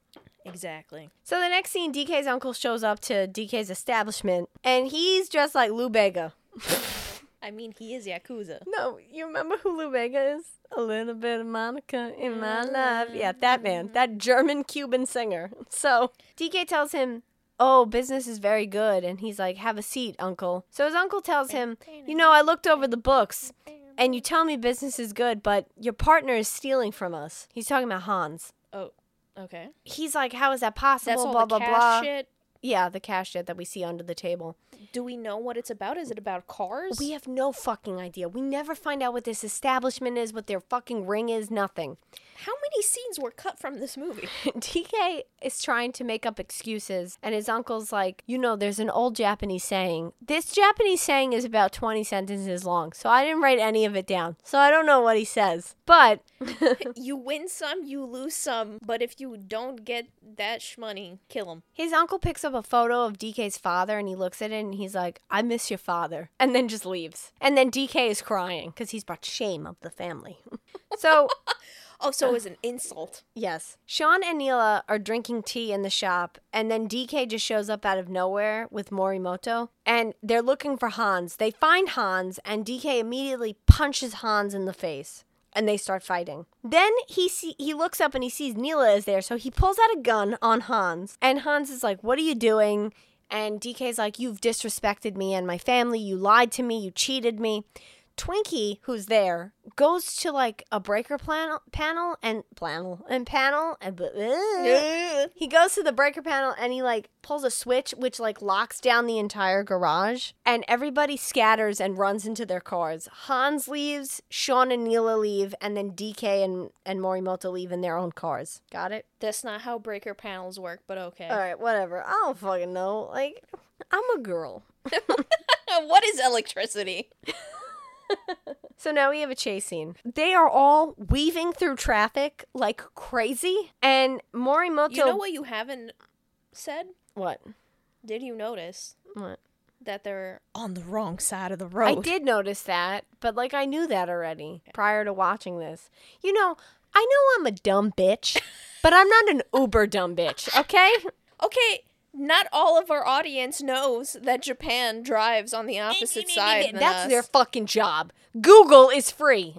A: Exactly.
B: So the next scene, DK's uncle shows up to DK's establishment, and he's dressed like Lou Bega.
A: I mean, he is Yakuza.
B: No, you remember who Lou Bega is? A little bit of Monica in my life. Yeah, that man, that German Cuban singer. So DK tells him, Oh, business is very good. And he's like, Have a seat, uncle. So his uncle tells him, You know, I looked over the books and you tell me business is good, but your partner is stealing from us. He's talking about Hans.
A: Oh, okay.
B: He's like, How is that possible?
A: That's all
B: blah,
A: the
B: blah,
A: cash
B: blah.
A: shit.
B: Yeah, the cash shit that we see under the table.
A: Do we know what it's about? Is it about cars?
B: We have no fucking idea. We never find out what this establishment is, what their fucking ring is, nothing.
A: How many scenes were cut from this movie?
B: DK is trying to make up excuses, and his uncle's like, You know, there's an old Japanese saying. This Japanese saying is about 20 sentences long, so I didn't write any of it down. So I don't know what he says. But
A: you win some, you lose some, but if you don't get that shmoney, kill him.
B: his uncle picks up a photo of DK's father, and he looks at it and he's like, I miss your father. And then just leaves. And then DK is crying because he's brought shame of the family. so
A: Oh, so it was an insult.
B: Yes. Sean and Neela are drinking tea in the shop, and then DK just shows up out of nowhere with Morimoto, and they're looking for Hans. They find Hans, and DK immediately punches Hans in the face, and they start fighting. Then he see- he looks up and he sees Neela is there, so he pulls out a gun on Hans, and Hans is like, "What are you doing?" And DK's like, You've disrespected me and my family. You lied to me. You cheated me. Twinkie, who's there, goes to like a breaker plan- panel and panel and panel and blah, blah. he goes to the breaker panel and he like pulls a switch which like locks down the entire garage and everybody scatters and runs into their cars. Hans leaves, Sean and Neela leave, and then DK and and Morimoto leave in their own cars. Got it?
A: That's not how breaker panels work, but okay.
B: All right, whatever. I don't fucking know. Like, I'm a girl.
A: what is electricity?
B: So now we have a chase scene. They are all weaving through traffic like crazy, and Morimoto.
A: You know what you haven't said?
B: What?
A: Did you notice
B: What?
A: that they're on the wrong side of the road?
B: I did notice that, but like I knew that already prior to watching this. You know, I know I'm a dumb bitch, but I'm not an uber dumb bitch. Okay?
A: Okay, not all of our audience knows that Japan drives on the opposite side. than
B: That's
A: us.
B: their fucking job. Google is free.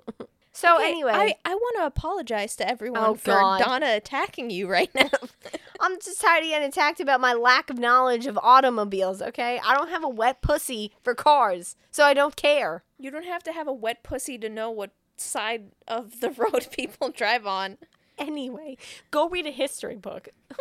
B: So
A: Okay,
B: anyway,
A: I, I want to apologize to everyone
B: Oh,
A: for
B: God.
A: Donna attacking you right now.
B: I'm just tired of getting attacked about my lack of knowledge of automobiles. Okay? I don't have a wet pussy for cars, so I don't care.
A: you don't have to have a wet pussy to know what side of the road people drive on.
B: Anyway, go read a history book.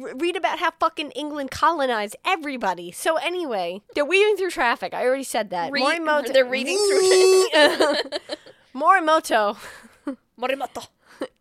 B: Re- read about how fucking England colonized everybody. So anyway, they're weaving through traffic. I already said that.
A: Re-
B: Morimoto.
A: they're reading through
B: Morimoto
A: Morimoto.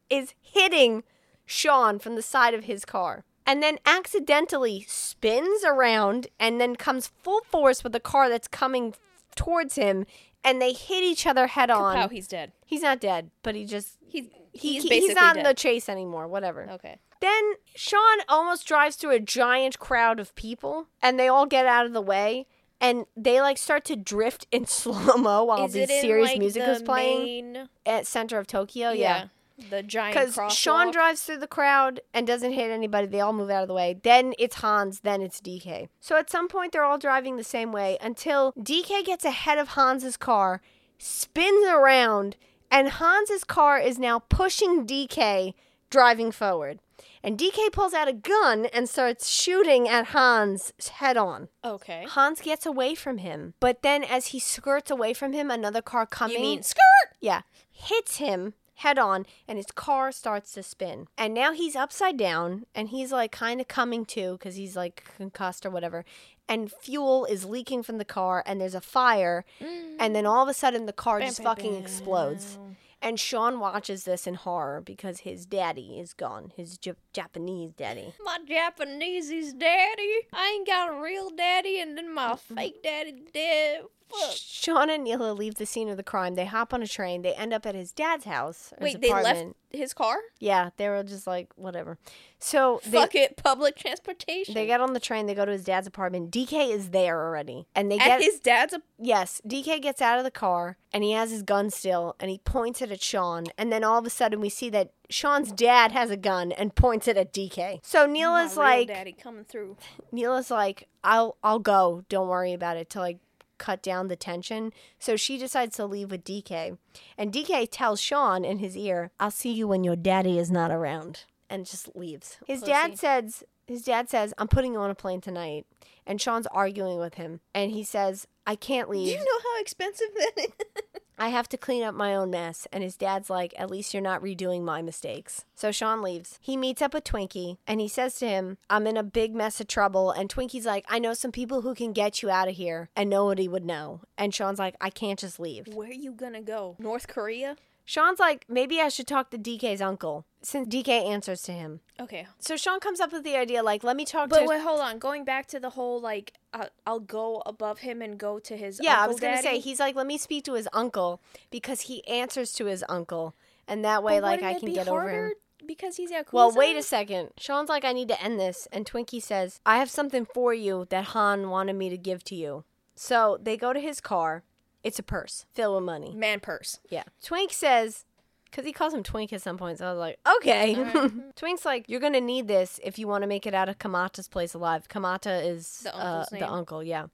B: is hitting Sean from the side of his car. And then accidentally spins around and then comes full force with a car that's coming towards him and they hit each other head on.
A: Wow, he's dead.
B: He's not dead, but he just
A: He's
B: he,
A: he's
B: he-
A: basically
B: he's not in
A: dead.
B: the chase anymore, whatever.
A: okay.
B: Then Sean almost drives through a giant crowd of people, and they all get out of the way, and they like start to drift in slow mo while
A: Is
B: the
A: it in,
B: serious
A: like,
B: music
A: the
B: is playing
A: main-
B: at center of Tokyo. Yeah.
A: yeah. The giant
B: Because
A: crosswalk.
B: Sean drives through the crowd and doesn't hit anybody. They all move out of the way. Then it's Hans, then it's DK. So at some point, they're all driving the same way until DK gets ahead of Hans's car, spins around, And Hans's car is now pushing DK driving forward. And DK pulls out a gun and starts shooting at Hans head on.
A: Okay.
B: Hans gets away from him, but then as he skirts away from him, another car coming
A: You mean skirt?
B: yeah, hits him head on and his car starts to spin. And now he's upside down and he's like kind of coming to because he's like concussed or whatever. And fuel is leaking from the car and there's a fire. And then all of a sudden the car just fucking explodes. And Sean watches this in horror because his daddy is gone, his Jap- Japanese daddy.
A: My Japanese's daddy. I ain't got a real daddy, and then my
B: Mm-hmm.
A: fake daddy dead. Fuck.
B: Sean and Neela leave the scene of the crime. They hop on a train. They end up at his dad's house. or his
A: Wait, they left
B: apartment.
A: his car?
B: Yeah, they were just like whatever. So they,
A: Fuck it, public transportation.
B: They get on the train. They go to his dad's apartment. DK is there already, and they
A: At
B: get
A: his dad's. ap-
B: yes. DK gets out of the car, and he has his gun still, and he points it at Sean. And then all of a sudden, we see that Sean's dad has a gun and points it at DK. So Neil
A: my
B: is
A: real
B: like,
A: daddy coming through.
B: Neil is like, I'll I'll go. Don't worry about it. To like cut down the tension. So she decides to leave with DK, and DK tells Sean in his ear, "I'll see you when your daddy is not around," and just leaves. His dad says, his dad says, "I'm putting you on a plane tonight," and Sean's arguing with him, and he says, "I can't
A: Do
B: leave.
A: you know how expensive that is?
B: I have to clean up my own mess." And his dad's like, "At least you're not redoing my mistakes." So Sean leaves. He meets up with Twinkie, and he says to him, "I'm in a big mess of trouble." And Twinkie's like, "I know some people who can get you out of here," and nobody would know. And Sean's like, "I can't just leave."
A: Where you gonna go? North Korea?
B: Sean's like, maybe I should talk to DK's uncle since DK answers to him.
A: Okay.
B: So Sean comes up with the idea, like, let me talk
A: But
B: to.
A: wait, hold on. Going back to the whole like, uh, I'll go above him and go to his.
B: yeah, I
A: uncle
B: was gonna say
A: daddy.
B: he's like, let me speak to his uncle because he answers to his uncle, and that way,
A: But
B: like,
A: wouldn't
B: I
A: it
B: can
A: be
B: get over
A: harder
B: him.
A: because he's Yakuza.
B: Well, wait a second. Sean's like, I need to end this, and Twinkie says, I have something for you that Han wanted me to give to you. So they go to his car. It's a purse filled with money.
A: man purse.
B: Yeah. Twink says, because he calls him Twink at some point, so I was like, okay.
A: Mm-hmm.
B: Twink's like, you're going to need this if you want to make it out of Kamata's place alive. Kamata is
A: The
B: uh,
A: uncle's
B: the
A: name.
B: uncle, yeah.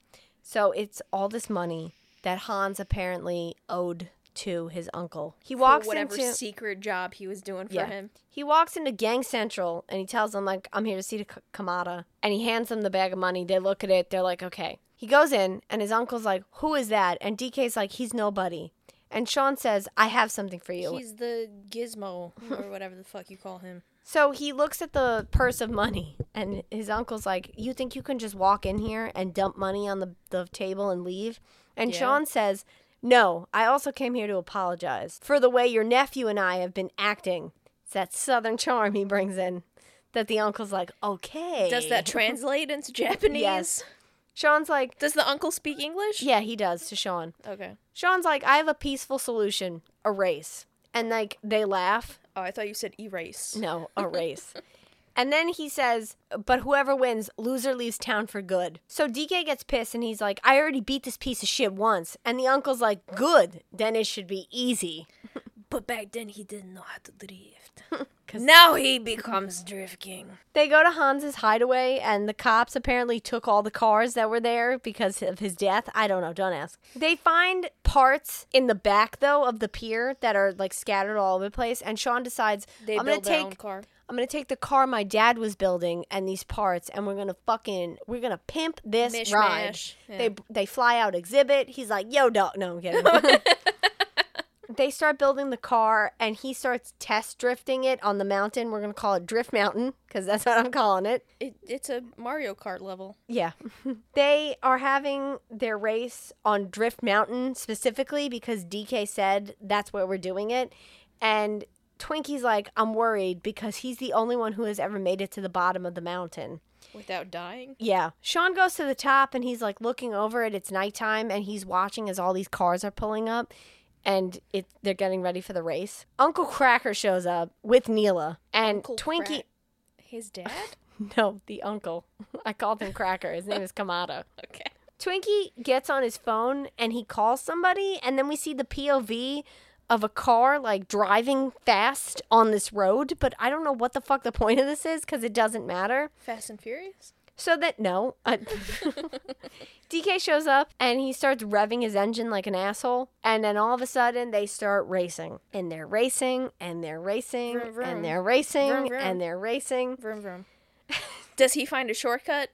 B: So it's all this money that Hans apparently owed to his uncle. He walks
A: for whatever
B: into
A: secret job he was doing for
B: yeah.
A: him.
B: He walks into Gang Central and he tells them like, "I'm here to see the K- Kamada," and he hands them the bag of money. They look at it. They're like, "Okay." He goes in and his uncle's like, "Who is that?" And DK's like, "He's nobody." And Sean says, "I have something for you."
A: He's the gizmo or whatever the fuck you call him.
B: so he looks at the purse of money, and his uncle's like, "You think you can just walk in here and dump money on the the table and leave?" And Sean says. No, I also came here to apologize for the way your nephew and I have been acting. It's that southern charm he brings in that the uncle's like, okay.
A: Does that translate into Japanese?
B: Yes. Sean's like,
A: Does the uncle speak English?
B: yeah, he does to Sean.
A: Okay.
B: Sean's like, I have a peaceful solution erase. And like, they laugh.
A: Oh, I thought you said erase.
B: No, a race. and then he says, but whoever wins, loser leaves town for good. So DK gets pissed and he's like, I already beat this piece of shit once. And the uncle's like, good, then it should be easy.
A: But back then he didn't know how to drift. now he becomes drift king.
B: They go to Hans's hideaway, and the cops apparently took all the cars that were there because of his death. I don't know. Don't ask. They find parts in the back though of the pier that are like scattered all over the place. And Sean decides
A: They
B: I'm gonna
A: build their own
B: take
A: car.
B: I'm gonna take the car my dad was building and these parts, and we're gonna fucking we're gonna pimp this
A: Mishmash.
B: ride.
A: Yeah.
B: They they fly out exhibit. He's like, yo, dog. No, I'm kidding. they start building the car and he starts test drifting it on the mountain. We're going to call it Drift Mountain because that's what I'm calling it.
A: It, it's a Mario Kart level.
B: Yeah. they are having their race on Drift Mountain specifically because DK said that's where we're doing it. And Twinkie's like, I'm worried because he's the only one who has ever made it to the bottom of the mountain.
A: Without dying?
B: Yeah. Sean goes to the top and he's like looking over it. It's nighttime and he's watching as all these cars are pulling up and it they're getting ready for the race. Uncle Cracker shows up with Neela and
A: Uncle
B: Twinkie
A: His dad?
B: No, the uncle. I called him Cracker. His name is Kamado.
A: okay.
B: Twinkie gets on his phone and he calls somebody and then we see the POV of a car like driving fast on this road, but I don't know what the fuck the point of this is cuz it doesn't matter.
A: Fast and Furious?
B: So that no, uh, DK shows up and he starts revving his engine like an asshole, and then all of a sudden they start racing, and they're racing, and they're racing,
A: Vroom, vroom.
B: and they're racing,
A: Vroom, vroom.
B: and they're racing.
A: Vroom vroom. Does he find a shortcut?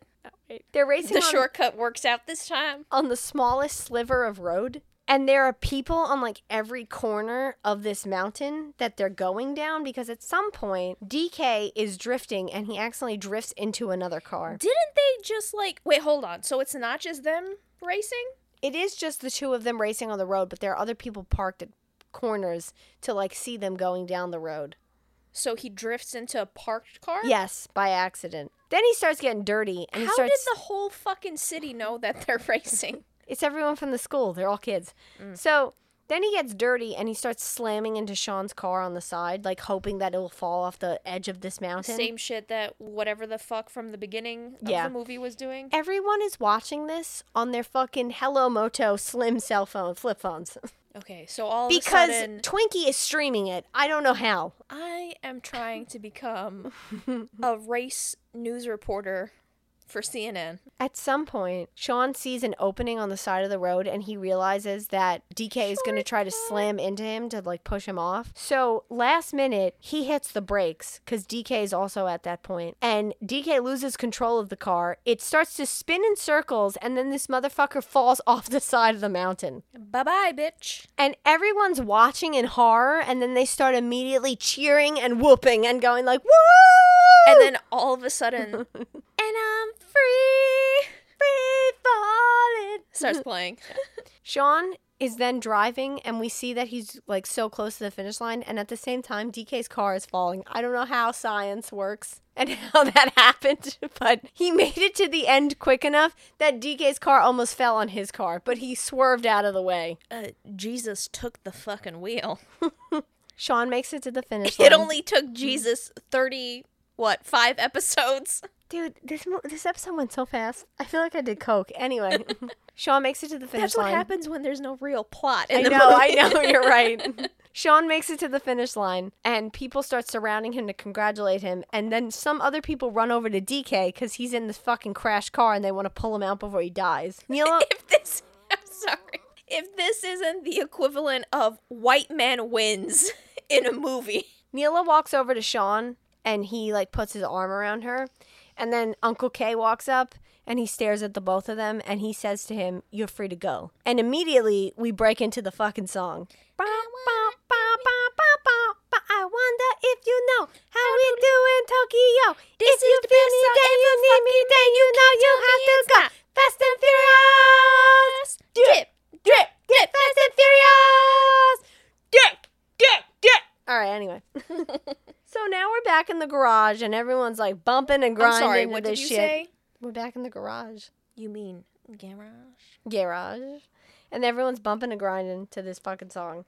B: They're racing
A: The
B: on,
A: shortcut works out this time.
B: on the smallest sliver of road, and there are people on like every corner of this mountain that they're going down because at some point DK is drifting and he accidentally drifts into another car.
A: Didn't they just like wait? Hold on. So it's not just them racing.
B: it is just the two of them racing on the road, but there are other people parked at corners to like see them going down the road.
A: So he drifts into a parked car.
B: Yes, by accident. Then he starts getting dirty and he
A: How
B: starts
A: did the whole fucking city know that they're racing?
B: It's everyone from the school. They're all kids.
A: Mm.
B: So then he gets dirty and he starts slamming into Sean's car on the side, like hoping that it'll fall off the edge of this mountain.
A: Same shit that whatever the fuck from the beginning of
B: Yeah.
A: the movie was doing.
B: Everyone is watching this on their fucking Hello Moto slim cell phone, flip phones.
A: Okay, so all
B: because
A: of a sudden,
B: Twinkie is streaming it. I don't know how.
A: I am trying to become a race news reporter for CNN.
B: At some point, Sean sees an opening on the side of the road and he realizes that DK is going to try to slam into him to like push him off. So, last minute, he hits the brakes cuz DK is also at that point. And DK loses control of the car. It starts to spin in circles and then this motherfucker falls off the side of the mountain.
A: Bye bye, bitch.
B: And everyone's watching in horror and then they start immediately cheering and whooping and going like, "Woo!"
A: And then all of a sudden, and I'm free.
B: free falling.
A: Starts playing.
B: Sean is then driving, and we see that he's like so close to the finish line. And at the same time, DK's car is falling. I don't know how science works and how that happened, but he made it to the end quick enough that DK's car almost fell on his car, but he swerved out of the way.
A: Uh, Jesus took the fucking wheel.
B: Sean makes it to the finish line.
A: It only took Jesus 30, what, five episodes?
B: Dude, this, mo- this episode went so fast. I feel like I did Coke. Anyway, Sean makes it to the finish
A: That's
B: line.
A: what happens when there's no real plot.
B: I
A: In the
B: know,
A: movie.
B: I know, you're right. Sean makes it to the finish line, and people start surrounding him to congratulate him. And then some other people run over to DK because he's in this fucking crash car, and they want to pull him out before he dies. Milo,
A: if this I'm sorry. If this isn't the equivalent of white man wins in a movie.
B: Mila walks over to Sean, and he like puts his arm around her. And then Uncle K walks up, and he stares at the both of them, and he says to him, "You're free to go." And immediately we break into the fucking song. Bow, bow, bow, bow, bow, bow, bow. I wonder if you know how we do in Tokyo. If you feel me, then you need me, then you know you have to go. Fast and furious. Drip, drip, drip. Fast and furious. Drip, drip, drip. All right. Anyway. So now we're back in the garage and everyone's like bumping and grinding.
A: I'm sorry,
B: to
A: what
B: this
A: did you
B: shit.
A: say?
B: We're back in the garage.
A: You mean garage?
B: Garage. And everyone's bumping and grinding to this fucking song.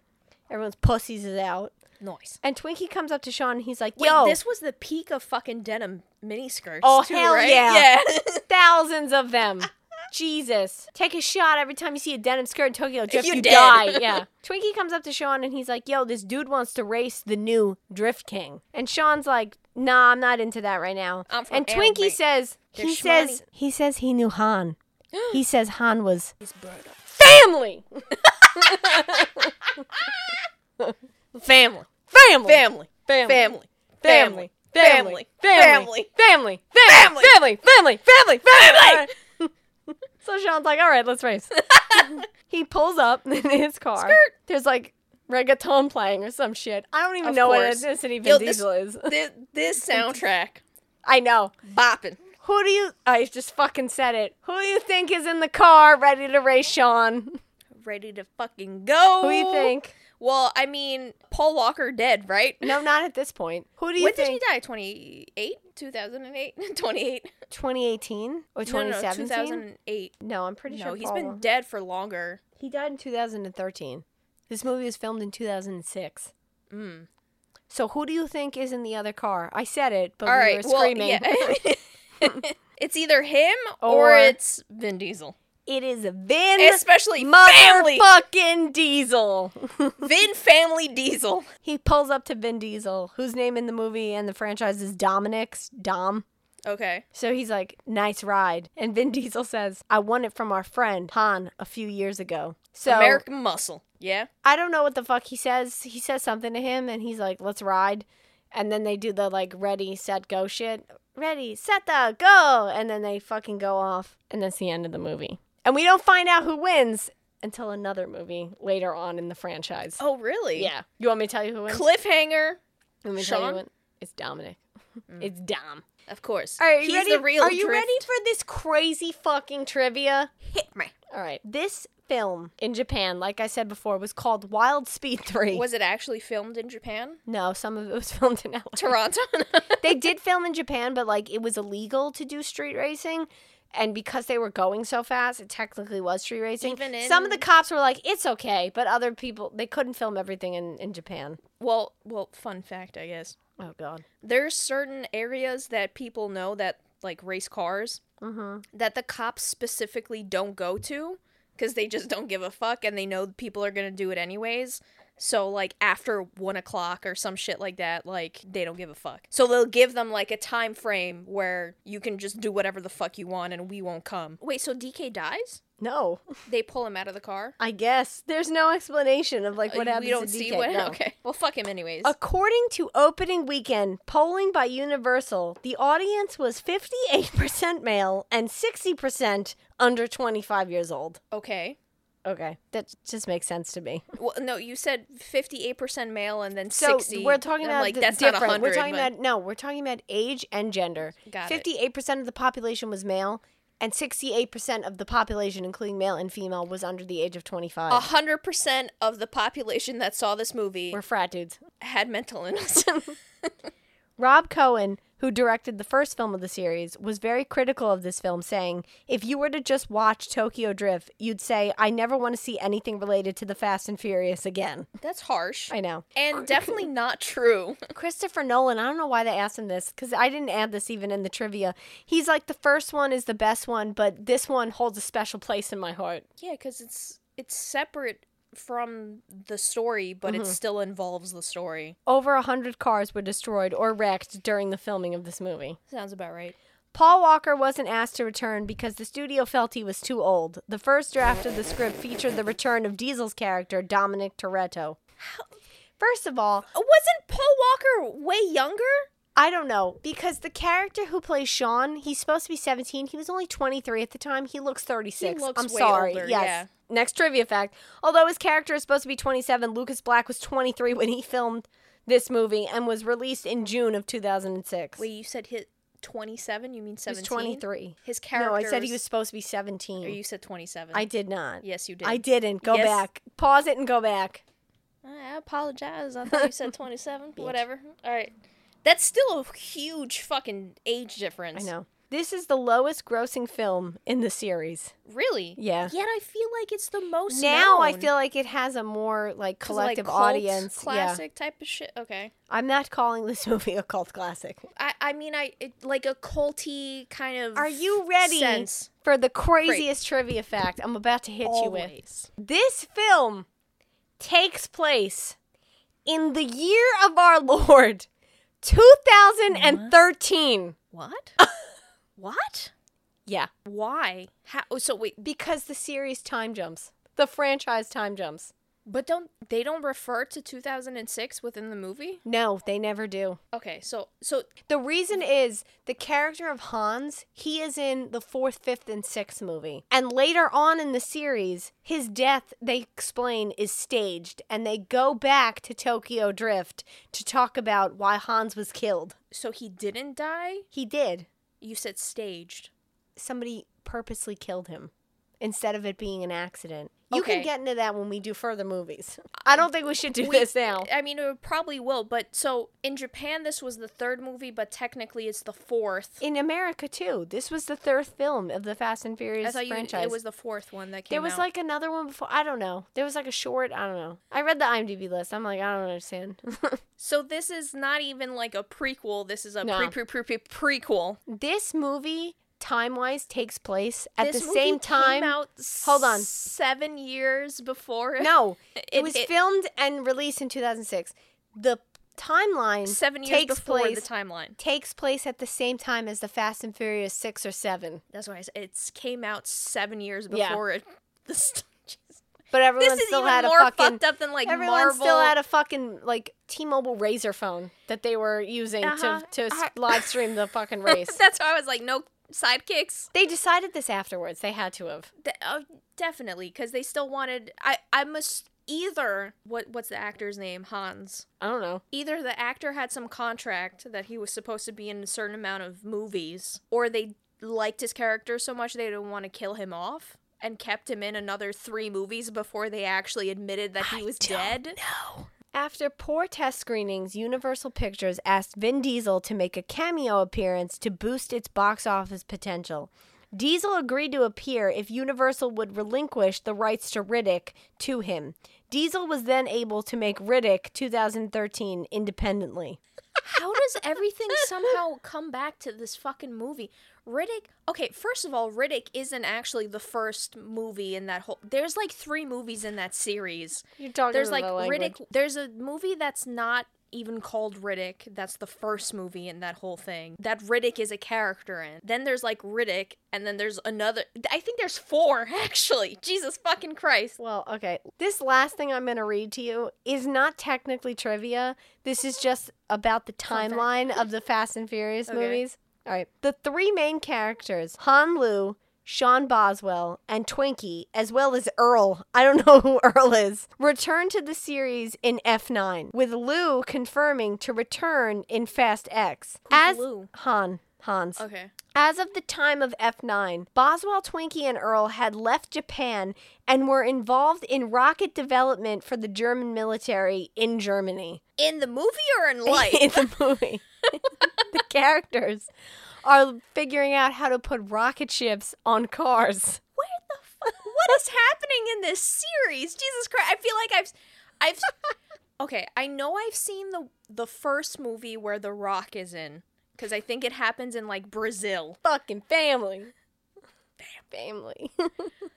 B: Everyone's pussies is out.
A: Noise.
B: And Twinkie comes up to Sean and he's like,
A: Wait,
B: Yo,
A: this was the peak of fucking denim miniskirts.
B: Oh,
A: too,
B: hell
A: right?
B: yeah.
A: Yeah.
B: thousands of them. Jesus. Take a shot every time you see a denim skirt in Tokyo Drift.
A: you
B: You,
A: dead.
B: die. Yeah. Twinkie comes up to Sean and he's like, yo, this dude wants to race the new Drift King. And Sean's like, nah, I'm not into that right now.
A: I'm from
B: and
A: Aylmer.
B: Twinkie says,
A: They're
B: he
A: schmoney.
B: says, he says he knew Han. he says Han was
A: He's brutal.
B: family.
A: Family.
B: Family.
A: Family.
B: Family.
A: Family.
B: Family.
A: Family.
B: Family.
A: Family.
B: Family. Family.
A: Family.
B: Family. Family. Family. Family. Family. So Sean's like, all right, let's race. he pulls up in his car. There's like reggaeton playing or some shit. I don't even
A: Of
B: know
A: course.
B: what ethnicity Vin
A: Yo, this-
B: Diesel is.
A: This, this soundtrack.
B: I know.
A: Bopping.
B: Who do you? I just fucking said it. Who do you think is in the car ready to race Sean?
A: Ready to fucking go.
B: Who do you think?
A: Well, I mean, Paul Walker dead, right?
B: No, not at this point. Who do you
A: When did he
B: think?
A: die? 28? 2008? 28?
B: 2018 or
A: No, no, no,
B: 2017? No,
A: 2008.
B: I'm pretty
A: No,
B: sure.
A: he's
B: Paul
A: been
B: Walker-
A: dead for longer.
B: He died in 2013. This movie was filmed in 2006.
A: Mm.
B: So who do you think is in the other car? I said it, but
A: All
B: we
A: right.
B: were
A: Well,
B: screaming.
A: yeah. it's either him or,
B: Or-
A: it's Vin Diesel.
B: it is Vin
A: Especially family.
B: motherfucking Diesel.
A: Vin family Diesel.
B: he pulls up to Vin Diesel, whose name in the movie and the franchise is Dominic's Dom.
A: Okay.
B: So he's like, nice ride. And Vin Diesel says, I won it from our friend Han a few years ago. So
A: American muscle. Yeah.
B: I don't know what the fuck he says. He says something to him and he's like, let's ride. And then they do the like ready, set, go shit. Ready, set, the go. And then they fucking go off. And that's the end of the movie. And we don't find out who wins until another movie later on in the franchise.
A: Oh, really?
B: Yeah. You want me to tell you who wins?
A: Cliffhanger.
B: Let me
A: Sean?
B: who win- It's Dominic. It's Dom.
A: Of course.
B: Mm. All right,
A: He's
B: you ready?
A: the real
B: Are you
A: drift.
B: ready for this crazy fucking trivia?
A: Hit me.
B: All right. This film in Japan, like I said before, was called Wild Speed 3.
A: Was it actually filmed in Japan?
B: no, some of it was filmed in LA.
A: Toronto?
B: they did film in Japan, but like it was illegal to do street racing. And because they were going so fast, it technically was street racing.
A: Even in-
B: Some of the cops were like, it's okay. But other people, they couldn't film everything in, in Japan.
A: well, well, fun fact, I guess.
B: Oh, God.
A: There's certain areas that people know that like race cars
B: Mhm.
A: that the cops specifically don't go to because they just don't give a fuck and they know people are gonna do it anyways. So like after one o'clock or some shit like that, like they don't give a fuck. So they'll give them like a time frame where you can just do whatever the fuck you want and we won't come. Wait, so DK dies?
B: No,
A: They pull him out of the car.
B: I guess. There's no explanation of like what
A: Uh,
B: happens
A: we don't
B: to
A: see
B: DK.
A: what.
B: No.
A: Okay, well, fuck him anyways.
B: According to opening weekend polling by Universal, the audience was 58% male and 60% under 25 years old.
A: okay.
B: Okay, that just makes sense to me.
A: Well, no, you said fifty-eight percent male and then
B: So
A: sixty.
B: we're talking
A: I'm
B: about
A: like
B: the
A: that's
B: different.
A: not 100
B: we're talking
A: but-
B: about no, we're talking about age and gender.
A: Got it.
B: 58% of the population was male and 68% of the population including male and female was under the age of 25.
A: a hundred percent of the population that saw this movie
B: We're frat dudes.
A: had mental illness.
B: Rob Cohen, who directed the first film of the series, was very critical of this film, saying, If you were to just watch Tokyo Drift, you'd say, I never want to see anything related to the Fast and Furious again.
A: that's harsh
B: I know.
A: and definitely not true.
B: Christopher Nolan, I don't know why they asked him this, because I didn't add this even in the trivia. He's like, The first one is the best one, but this one holds a special place in my heart.
A: yeah, because it's it's separate from the story, but
B: Mm-hmm.
A: it still involves the story.
B: Over a 100 cars were destroyed or wrecked during the filming of this movie.
A: Sounds about right.
B: Paul Walker wasn't asked to return because the studio felt he was too old. The first draft of the script featured the return of Diesel's character, Dominic Toretto. First of all,
A: Wasn't Paul Walker way younger?
B: I don't know because the character who plays Sean, he's supposed to be 17. He was only 23 at the time. He looks 36.
A: He looks
B: I'm
A: way
B: sorry.
A: older,
B: yes.
A: yeah.
B: Next trivia fact. Although his character is supposed to be 27, Lucas Black was 23 when he filmed this movie and was released in June of 2006.
A: Wait, you said hit twenty-seven. You mean
B: he was
A: seventeen?
B: 23.
A: His character.
B: No, I said he was
A: was.
B: supposed to be 17.
A: Or you said twenty-seven.
B: I did not.
A: Yes, you did.
B: I didn't. Go
A: Yes.
B: back. Pause it and go back.
A: I apologize. I thought you said 27. Whatever. All right. That's still a huge fucking age
B: I
A: difference.
B: know. This is the lowest grossing film in the series.
A: Really?
B: Yeah.
A: Yet I feel like it's the most.
B: Now I
A: known.
B: feel like it has a more like
A: 'Cause of, like,
B: collective
A: cult
B: audience.
A: Classic type of shit. Okay.
B: Yeah. I'm not calling this movie a cult classic.
A: I, I mean, I. It, like a culty kind of.
B: Are you ready
A: Sense.
B: for the craziest trivia fact I'm about to hit you with? This film takes place in the year of our Lord 2013.
A: What? what?
B: Yeah.
A: Why? How? Oh, so wait.
B: Because the series time jumps. The franchise time jumps.
A: But don't they don't refer to 2006 within the movie?
B: No, they never do.
A: Okay. So so
B: The reason is the character of Hans, he is in the fourth, fifth, and sixth movie. And later on in the series, his death, they explain, is staged. And they go back to Tokyo Drift to talk about why Hans was killed.
A: so he didn't die.
B: He did.
A: You said staged.
B: Somebody purposely killed him instead of it being an accident. You
A: Okay.
B: can get into that when we do further movies. I don't think we should do this now.
A: I mean, it probably will, but so in Japan, this was the third movie, but technically it's the fourth.
B: in America too. This was the third film of the Fast and
A: I
B: Furious
A: thought you,
B: franchise.
A: it was the fourth one that came
B: there was
A: out.
B: like another one before. I don't know. There was like a short. I don't know. I read the IMDb list. I'm like, I don't understand.
A: so this is not even like a prequel. This is a
B: No.
A: pre pre pre pre prequel.
B: this movie, time wise, takes place at
A: this
B: the
A: movie
B: same time.
A: came out.
B: Hold on.
A: seven years before.
B: no, it,
A: It-
B: was
A: it-
B: filmed and released in 2006. The timeline
A: Seven years
B: takes
A: before
B: place
A: the timeline.
B: takes place at the same time as the Fast and Furious six or seven.
A: That's why I said it's came out seven years
B: Yeah.
A: before it. This,
B: But everyone
A: this is
B: still
A: even
B: had
A: more
B: a fucking
A: fucked up than like
B: everyone
A: Marvel.
B: still had a fucking like T-Mobile razor phone that they were using
A: Uh-huh.
B: to to
A: I-
B: live stream the fucking race.
A: That's why I was like, no sidekicks.
B: they decided this afterwards. They had to have.
A: De- oh, definitely, because they still wanted. I I must either what what's the actor's name? Hans.
B: I don't know.
A: Either the actor had some contract that he was supposed to be in a certain amount of movies, or they liked his character so much they didn't want to kill him off and kept him in another three movies before they actually admitted that he was dead.
B: After poor test screenings, Universal Pictures asked Vin Diesel to make a cameo appearance to boost its box office potential. Diesel agreed to appear if Universal would relinquish the rights to Riddick to him. Diesel was then able to make Riddick 2013 independently.
A: How does everything somehow come back to this fucking movie? Riddick. Okay, first of all, Riddick isn't actually the first movie in that whole. There's like three movies in that series.
B: You're talking
A: There's like Riddick. There's a movie that's not even called Riddick. That's the first movie in that whole thing that Riddick is a character in. Then there's like Riddick, and then there's another. I think there's four actually. Jesus fucking Christ.
B: Well, okay. This last thing I'm going to read to you is not technically trivia. This is just about the timeline of the Fast and Furious movies. All right. The three main characters, Han Lu, Sean Boswell, and Twinkie, as well as Earl, I don't know who Earl is, return to the series in F9, with Lu confirming to return in Fast X. as
A: Lu? Oh,
B: Han. Hans.
A: Okay.
B: As of the time of F9, Boswell, Twinkie, and Earl had left Japan and were involved in rocket development for the German military in Germany.
A: In the movie or in life?
B: in the movie, the characters are figuring out how to put rocket ships on cars.
A: where the fuck? What is happening in this series? Jesus Christ! I feel like I've, I've, okay. I know I've seen the the first movie where The Rock is in, because I think it happens in like Brazil.
B: Fucking family. Family.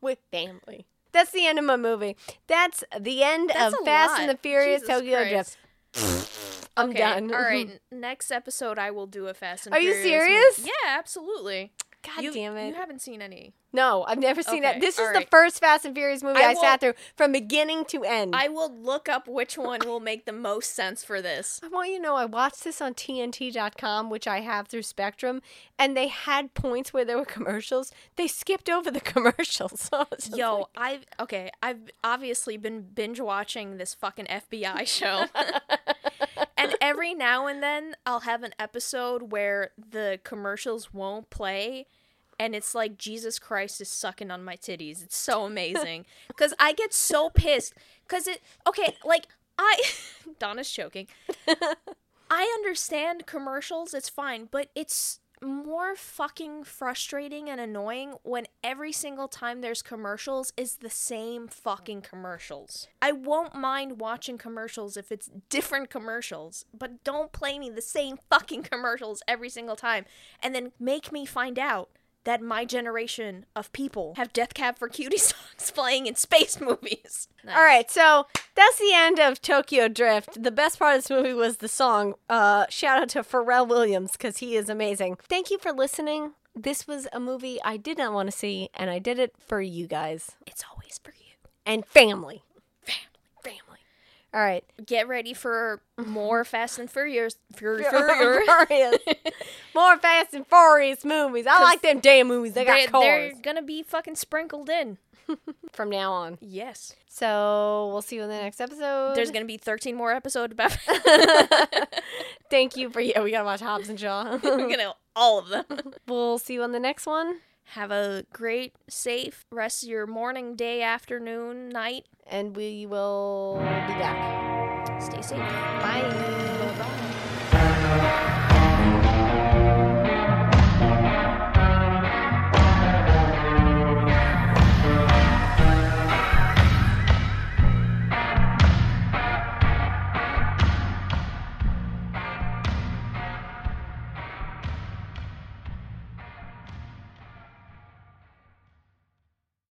B: With family. That's the end of my movie. That's the end
A: That's
B: of
A: a
B: Fast
A: lot.
B: and the Furious
A: Jesus
B: Tokyo Drift.
A: Christ.
B: I'm
A: Okay,
B: done.
A: All right. Next episode, I will do a Fast and
B: Are you
A: Furious
B: serious?
A: movie. Yeah, absolutely.
B: God
A: you,
B: damn it.
A: You haven't seen any.
B: No, I've never seen that.
A: Okay,
B: This is
A: all
B: the
A: right.
B: first Fast and Furious movie I,
A: I
B: sat through from beginning to end. I,
A: I will look up which one will make the most sense for this.
B: want you to know I watched this on TNT.com, which I have through Spectrum, and they had points where there were commercials. They skipped over the commercials. So I was just like-
A: Yo, I've okay. I've obviously been binge watching this fucking FBI show, and every now and then I'll have an episode where the commercials won't play, and it's like Jesus Christ is sucking on my titties. It's so amazing because I get so pissed because it okay like I Donna's choking. I understand commercials, it's fine, but it's more fucking frustrating and annoying when every single time there's commercials is the same fucking commercials. I won't mind watching commercials if it's different commercials, but don't play me the same fucking commercials every single time and then make me find out that my generation of people have Death Cab for Cutie songs playing in space movies.
B: All right, so that's the end of Tokyo Drift. The best part of this movie was the song. Uh, shout out to Pharrell Williams because he is amazing. Thank you for listening. This was a movie I did not want to see, and I did it for you guys
A: It's always for you.
B: and family. Family, family. All right.
A: get ready for more Fast and Furious. Fur- Furious.
B: Furious. More Fast and Furious movies. I like them damn movies. They got
A: They're,
B: cars
A: they're gonna be fucking sprinkled in.
B: from now on.
A: Yes,
B: So we'll see you in the next episode.
A: there's gonna be 13 more episodes about.
B: Thank you for yeah. We gotta watch Hobbs and Shaw.
A: I'm gonna all of them.
B: we'll see you on the next one.
A: Have a great, safe rest of your morning, day, afternoon, night.
B: and we will be back.
A: Stay safe.
B: Bye.